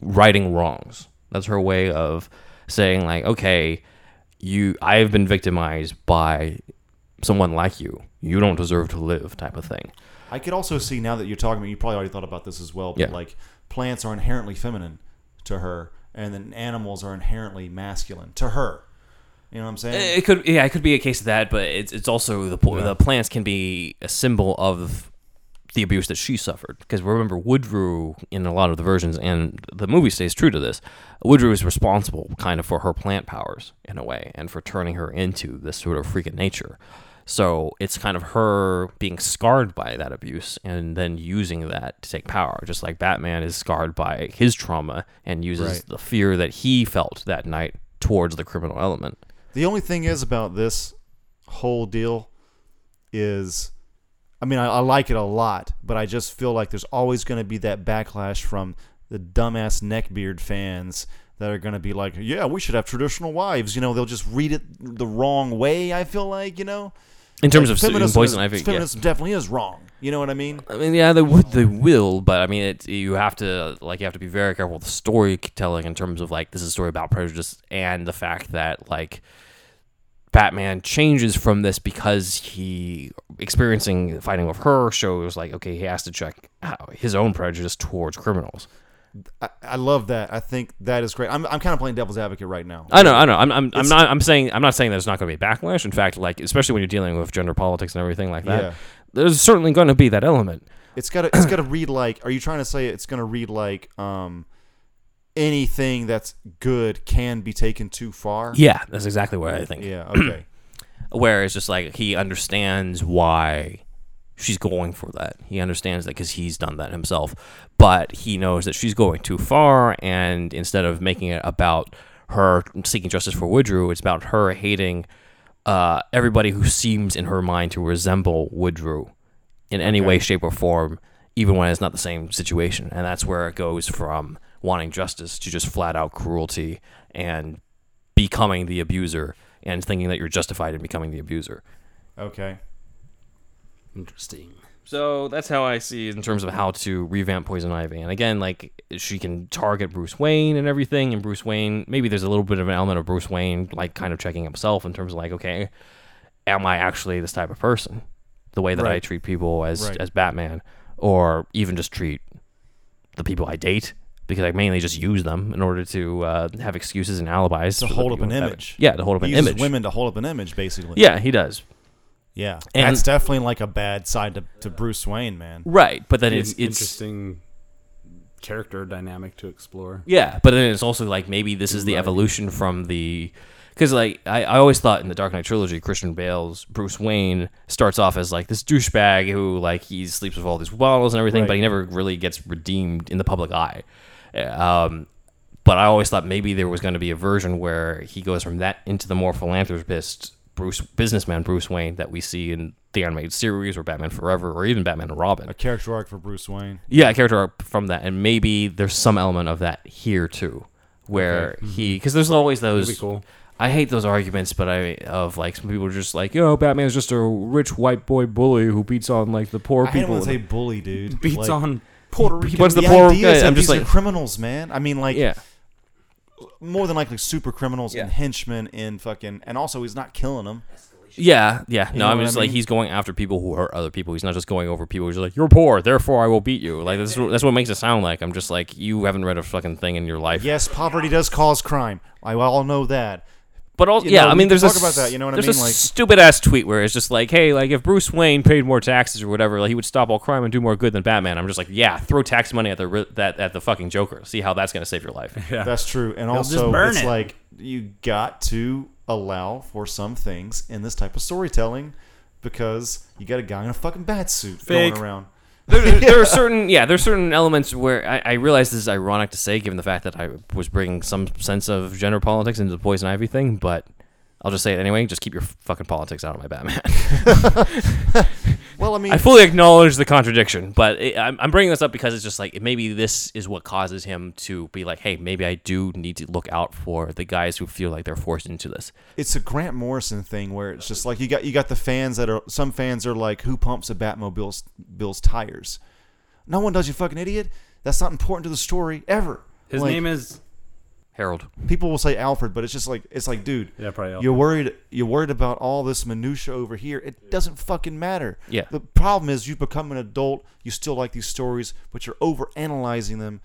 [SPEAKER 3] righting wrongs. That's her way of saying like, okay, you, I have been victimized by someone like you. You don't deserve to live, type of thing.
[SPEAKER 2] I could also see now that you're talking about. You probably already thought about this as well. But
[SPEAKER 3] Yeah.
[SPEAKER 2] like plants are inherently feminine to her, and then animals are inherently masculine to her. You know what I'm saying?
[SPEAKER 3] It could, yeah, it could be a case of that, but it's it's also the po the plants can be a symbol of the abuse that she suffered. Because remember, Woodrue in a lot of the versions and the movie stays true to this. Woodrue is responsible, kind of, for her plant powers in a way, and for turning her into this sort of freak of nature. So it's kind of her being scarred by that abuse and then using that to take power, just like Batman is scarred by his trauma and uses the fear that he felt that night towards the criminal element.
[SPEAKER 2] The only thing is about this whole deal is, I mean, I, I like it a lot, but I just feel like there's always going to be that backlash from the dumbass neckbeard fans that are going to be like, yeah, we should have traditional wives. You know, they'll just read it the wrong way. I feel like, you know,
[SPEAKER 3] In terms of
[SPEAKER 2] feminism,
[SPEAKER 3] feminism poison
[SPEAKER 2] is,
[SPEAKER 3] ivy, yeah.
[SPEAKER 2] feminism definitely is wrong. You know what I mean?
[SPEAKER 3] I mean, yeah, they would, they will, but I mean, it, you have to like you have to be very careful with the storytelling in terms of like this is a story about prejudice and the fact that like Batman changes from this because he experiencing fighting with her shows like okay he has to check how, his own prejudice towards criminals.
[SPEAKER 2] I, I love that. I think that is great. I'm, I'm kind of playing devil's advocate right now.
[SPEAKER 3] I know, I know. I'm, I'm, I'm not. I'm saying. I'm not saying there's not going to be backlash. In fact, like especially when you're dealing with gender politics and everything like that,
[SPEAKER 2] Yeah.
[SPEAKER 3] there's certainly going to be that element.
[SPEAKER 2] It's gotta it's gotta read like are you trying to say it's gonna read like um anything that's good can be taken too far?
[SPEAKER 3] Yeah, that's exactly what I think.
[SPEAKER 2] Yeah, okay.
[SPEAKER 3] where it's just like he understands why she's going for that. He understands that because he's done that himself, but he knows that she's going too far, and instead of making it about her seeking justice for Woodrue, it's about her hating uh, everybody who seems in her mind to resemble Woodrue in any way, shape, or form, even when it's not the same situation. And that's where it goes from wanting justice to just flat out cruelty and becoming the abuser and thinking that you're justified in becoming the abuser.
[SPEAKER 2] Okay.
[SPEAKER 4] Interesting.
[SPEAKER 3] So that's how I see it in terms of how to revamp Poison Ivy. And again, like she can target Bruce Wayne and everything, and Bruce Wayne maybe there's a little bit of an element of Bruce Wayne like kind of checking himself in terms of like, okay, am I actually this type of person? The way that I
[SPEAKER 2] Right.
[SPEAKER 3] treat people as
[SPEAKER 2] Right.
[SPEAKER 3] as Batman, or even just treat the people I date because I mainly just use them in order to uh, have excuses and alibis
[SPEAKER 2] To
[SPEAKER 3] for the
[SPEAKER 2] hold up
[SPEAKER 3] people
[SPEAKER 2] an
[SPEAKER 3] that-
[SPEAKER 2] image.
[SPEAKER 3] Yeah, to hold up
[SPEAKER 2] He
[SPEAKER 3] an
[SPEAKER 2] uses
[SPEAKER 3] image.
[SPEAKER 2] women to hold up an image basically.
[SPEAKER 3] Yeah, he does.
[SPEAKER 2] Yeah.
[SPEAKER 3] And-
[SPEAKER 2] that's definitely like a bad side to, to Bruce Wayne, man.
[SPEAKER 3] Right, but then
[SPEAKER 4] It's
[SPEAKER 3] it's it's
[SPEAKER 4] interesting character dynamic to explore.
[SPEAKER 3] Yeah, but then it's also like maybe this is the evolution from the because like I, I always thought in the Dark Knight trilogy, Christian Bale's Bruce Wayne starts off as like this douchebag who like he sleeps with all these models and everything, but he never really gets redeemed in the public eye. Um, but I always thought maybe there was going to be a version where he goes from that into the more philanthropist Bruce businessman Bruce Wayne that we see in the animated series or Batman Forever or even Batman and Robin.
[SPEAKER 2] A character arc for Bruce Wayne.
[SPEAKER 3] Yeah, a character arc from that, and maybe there's some element of that here too, where he because there's always those.
[SPEAKER 4] That'd be cool.
[SPEAKER 3] I hate those arguments, but I of like some people are just like, yo, Batman's just a rich white boy bully who beats on like the poor
[SPEAKER 2] I hate
[SPEAKER 3] people.
[SPEAKER 2] when they say bully, dude.
[SPEAKER 4] Beats
[SPEAKER 2] Like,
[SPEAKER 4] on Puerto
[SPEAKER 3] he
[SPEAKER 4] Rican.
[SPEAKER 3] wants the
[SPEAKER 2] the
[SPEAKER 3] poor.
[SPEAKER 2] idea is
[SPEAKER 3] guy.
[SPEAKER 2] that
[SPEAKER 3] I'm just
[SPEAKER 2] these
[SPEAKER 3] like,
[SPEAKER 2] are criminals, man. I mean, like,
[SPEAKER 3] yeah,
[SPEAKER 2] more than likely super criminals and
[SPEAKER 3] Yeah.
[SPEAKER 2] henchmen in fucking, and also he's not killing them.
[SPEAKER 3] Yeah, yeah.
[SPEAKER 2] You
[SPEAKER 3] no,
[SPEAKER 2] know
[SPEAKER 3] I mean,
[SPEAKER 2] what I
[SPEAKER 3] it's like
[SPEAKER 2] mean?
[SPEAKER 3] he's going after people who hurt other people. He's not just going over people. He's like, you're poor, therefore I will beat you. Like that's what- that's what makes it sound like. I'm just like, you haven't read a fucking thing in your life.
[SPEAKER 2] Yes, poverty does cause crime. I all know that.
[SPEAKER 3] But also,
[SPEAKER 2] You
[SPEAKER 3] yeah,
[SPEAKER 2] know,
[SPEAKER 3] I
[SPEAKER 2] we
[SPEAKER 3] mean,
[SPEAKER 2] can
[SPEAKER 3] there's
[SPEAKER 2] talk
[SPEAKER 3] a,
[SPEAKER 2] about that, you know what I
[SPEAKER 3] there's
[SPEAKER 2] mean?
[SPEAKER 3] a
[SPEAKER 2] Like-
[SPEAKER 3] stupid ass tweet where it's just like, hey, like if Bruce Wayne paid more taxes or whatever, like he would stop all crime and do more good than Batman. I'm just like, yeah, throw tax money at the ri- that at the fucking Joker. See how that's gonna save your life.
[SPEAKER 2] That's true. And
[SPEAKER 7] just
[SPEAKER 2] also,
[SPEAKER 7] burn
[SPEAKER 2] it's
[SPEAKER 7] it.
[SPEAKER 2] like you got to allow for some things in this type of storytelling because you got a guy in a fucking bat suit
[SPEAKER 7] Fake.
[SPEAKER 2] going around.
[SPEAKER 3] there, there are certain yeah there's certain elements where I, I realize this is ironic to say given the fact that i was bringing some sense of gender politics into the poison ivy thing but i'll just say it anyway just keep your fucking politics out of my batman
[SPEAKER 2] Well, I mean,
[SPEAKER 3] i fully acknowledge the contradiction but it, I'm, I'm bringing this up because it's just like maybe this is what causes him to be like hey maybe i do need to look out for the guys who feel like they're forced into this
[SPEAKER 2] it's a Grant Morrison thing where it's just like you got you got the fans that are some fans are like, who pumps a Batmobile's Bill's tires? No one does, you fucking idiot. That's not important to the story ever.
[SPEAKER 7] His
[SPEAKER 2] Like,
[SPEAKER 7] name is
[SPEAKER 3] harold
[SPEAKER 2] people will say Alfred, but it's just like it's like, dude,
[SPEAKER 7] yeah, probably.
[SPEAKER 2] You're worried. You're worried about all this minutia over here. It doesn't fucking matter.
[SPEAKER 3] Yeah.
[SPEAKER 2] The problem is you become an adult. You still like these stories, but you're over analyzing them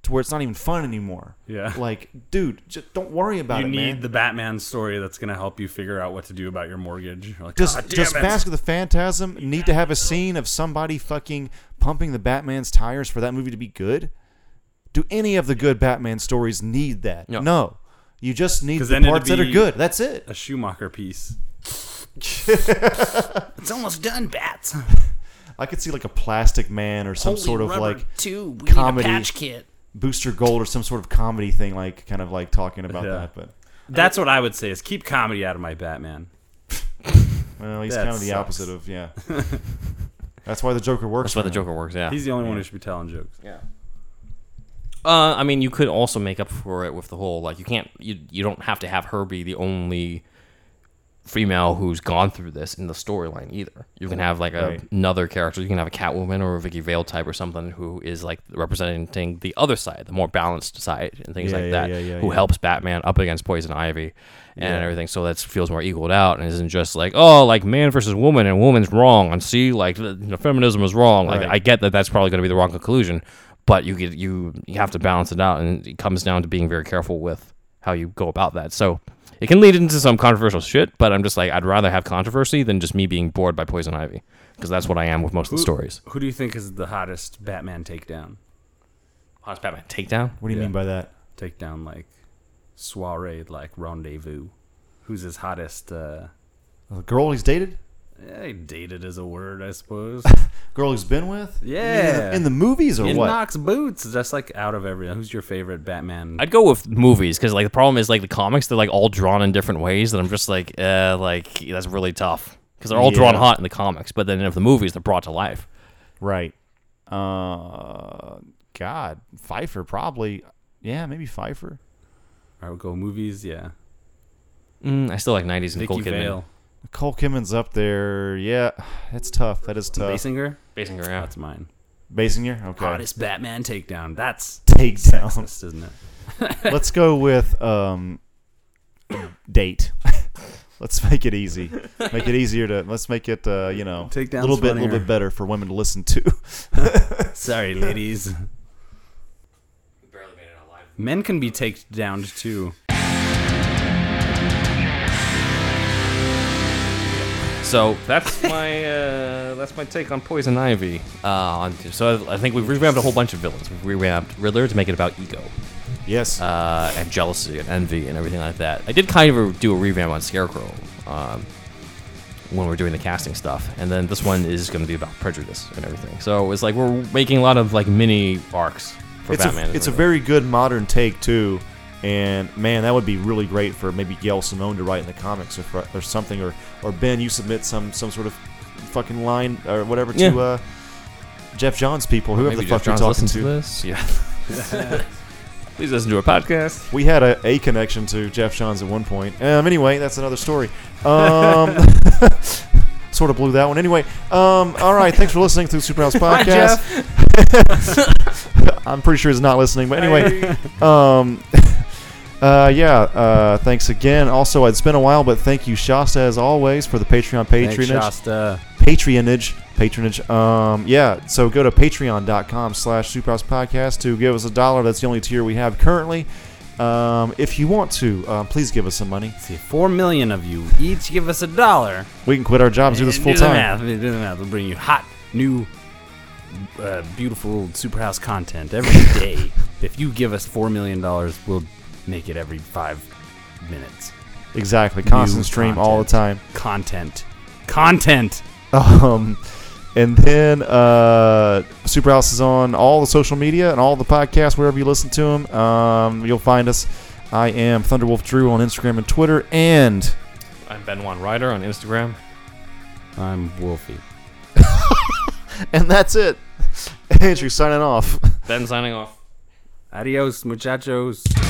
[SPEAKER 2] to where it's not even fun anymore.
[SPEAKER 7] Yeah.
[SPEAKER 2] Like, dude, just don't worry about
[SPEAKER 7] you
[SPEAKER 2] it,
[SPEAKER 7] need
[SPEAKER 2] man.
[SPEAKER 7] the Batman story that's going to help you figure out what to do about your mortgage. You're Like,
[SPEAKER 2] does
[SPEAKER 7] "God damn
[SPEAKER 2] does
[SPEAKER 7] it."
[SPEAKER 2] Mask of the Phantasm need to have a scene of somebody fucking pumping the Batman's tires for that movie to be good? Do any of the good Batman stories need that?
[SPEAKER 3] No.
[SPEAKER 2] You just need
[SPEAKER 7] 'Cause
[SPEAKER 2] the
[SPEAKER 7] then it'd
[SPEAKER 2] parts that are
[SPEAKER 7] be-
[SPEAKER 2] good. That's it.
[SPEAKER 7] a Schumacher piece? it's almost done, bats.
[SPEAKER 2] I could see like a Plastic Man or some sort of like
[SPEAKER 4] two we
[SPEAKER 2] comedy-
[SPEAKER 4] Need a patch kit.
[SPEAKER 2] Booster Gold or some sort of comedy thing, like kind of like talking about
[SPEAKER 7] Yeah.
[SPEAKER 2] that. But
[SPEAKER 7] That's what I would say is keep comedy out of my Batman.
[SPEAKER 2] well, he's
[SPEAKER 7] That
[SPEAKER 2] kind of the
[SPEAKER 7] sucks.
[SPEAKER 2] opposite of yeah. That's why the Joker works.
[SPEAKER 3] that's why the
[SPEAKER 2] for him.
[SPEAKER 3] joker works yeah
[SPEAKER 7] He's the only one who should be telling jokes.
[SPEAKER 3] Uh, I mean, you could also make up for it with the whole like you can't you you don't have to have her be the only female who's gone through this in the storyline either. You can have like a,
[SPEAKER 2] Right.
[SPEAKER 3] another character. You can have a Catwoman or a Vicky Vale type or something who is like representing the other side, the more balanced side, and things
[SPEAKER 2] Yeah,
[SPEAKER 3] like
[SPEAKER 2] yeah,
[SPEAKER 3] that.
[SPEAKER 2] yeah, yeah,
[SPEAKER 3] who
[SPEAKER 2] yeah.
[SPEAKER 3] helps Batman up against Poison Ivy and everything, so that feels more equaled out and isn't just like oh like man versus woman and woman's wrong and see like the, you know, feminism is wrong. Like
[SPEAKER 2] Right.
[SPEAKER 3] I get that that's probably going to be the wrong conclusion, but you get you you have to balance it out, and it comes down to being very careful with how you go about that. So it can lead into some controversial shit, but I'm just like I'd rather have controversy than just me being bored by Poison Ivy because that's what I am with most of the stories.
[SPEAKER 7] Who do you think is the hottest Batman takedown?
[SPEAKER 3] Hottest Batman takedown.
[SPEAKER 2] What do you
[SPEAKER 7] Yeah.
[SPEAKER 2] mean by that?
[SPEAKER 7] Takedown like soiree, like rendezvous. Who's his hottest? Uh,
[SPEAKER 2] The girl he's dated,
[SPEAKER 7] eh, dated is a word, I suppose.
[SPEAKER 2] girl he's been with.
[SPEAKER 7] Yeah.
[SPEAKER 2] In the, in the movies or
[SPEAKER 7] It
[SPEAKER 2] what?
[SPEAKER 7] knocks boots just like out of everything. Who's your favorite Batman?
[SPEAKER 3] I'd go with movies because like the problem is like the comics they're like all drawn in different ways that I'm just like uh like that's really tough because they're all drawn
[SPEAKER 2] Yeah.
[SPEAKER 3] hot in the comics, but then if the movies they're brought to life.
[SPEAKER 2] Right. Uh, God, Pfeiffer probably. Yeah, maybe Pfeiffer.
[SPEAKER 7] I would go movies. Yeah,
[SPEAKER 3] Mm, I still like '90s Nicole
[SPEAKER 7] Vicky
[SPEAKER 3] Kidman.
[SPEAKER 7] Vale,
[SPEAKER 2] Cole Kimmon's up there. Yeah, that's tough. That is tough.
[SPEAKER 7] Basinger.
[SPEAKER 3] Basing her out.
[SPEAKER 7] That's mine.
[SPEAKER 2] Basinger. Okay.
[SPEAKER 7] Hottest Batman takedown. That's
[SPEAKER 2] Take down.
[SPEAKER 7] sexist, isn't it?
[SPEAKER 2] Let's go with um, date. let's make it easy. Make it easier to. Let's make it uh, you know
[SPEAKER 7] Take
[SPEAKER 2] a
[SPEAKER 7] down.
[SPEAKER 2] little bit, a little bit better for women to listen to.
[SPEAKER 7] Sorry, ladies. Men can be takedowned too.
[SPEAKER 3] So that's my uh, that's my take on Poison Ivy. Uh, on so I think we've revamped a whole bunch of villains. We've revamped Riddler to make it about ego
[SPEAKER 2] yes.
[SPEAKER 3] uh, and jealousy and envy and everything like that. I did kind of do a revamp on Scarecrow um, when we we're doing the casting stuff, and then this one is going to be about prejudice and everything. So it's like we're making a lot of like mini arcs for
[SPEAKER 2] it's
[SPEAKER 3] Batman.
[SPEAKER 2] a it's a very good modern take too, and man, that would be really great for maybe Gail Simone to write in the comics or, for, or something, or or Ben, you submit some some sort of fucking line or whatever to
[SPEAKER 3] Yeah.
[SPEAKER 2] uh, Jeff Johns people, whoever
[SPEAKER 3] Maybe
[SPEAKER 2] the
[SPEAKER 3] Jeff
[SPEAKER 2] fuck you're
[SPEAKER 3] Johns
[SPEAKER 2] talking
[SPEAKER 3] listens
[SPEAKER 2] to.
[SPEAKER 3] this. Yeah. Please listen to our podcast.
[SPEAKER 2] We had a, a connection to Jeff Johns at one point. Um, anyway, that's another story. Um, sort of blew that one. Anyway, um, all right. Thanks for listening to the Superhouse Podcast. I'm pretty sure he's not listening, but anyway, um, Uh, yeah, uh, thanks again. Also, it's been a while, but thank you, Shasta, as always, for the Patreon patronage.
[SPEAKER 7] Shasta.
[SPEAKER 2] patronage patronage um yeah so go to patreon.com slash superhouse podcast to give us a dollar that's the only tier we have currently um if you want to um, please give us some money
[SPEAKER 7] See, four million of you each give us a dollar.
[SPEAKER 2] we can quit our jobs do this
[SPEAKER 7] And
[SPEAKER 2] full
[SPEAKER 7] the
[SPEAKER 2] time
[SPEAKER 7] math, Do the math. We'll bring you hot, new, uh, beautiful Superhouse content every day. if you give us four million dollars, we'll make it every five minutes.
[SPEAKER 2] exactly constant stream all the time
[SPEAKER 7] Content, content.
[SPEAKER 2] um and then uh superhouse is on all the social media and all the podcasts wherever you listen to them um you'll find us i am thunderwolf drew on instagram and twitter and
[SPEAKER 3] I'm Ben Juan Ryder on Instagram.
[SPEAKER 7] I'm Wolfie.
[SPEAKER 2] and that's it andrew signing off
[SPEAKER 3] Ben signing off.
[SPEAKER 7] Adios, muchachos.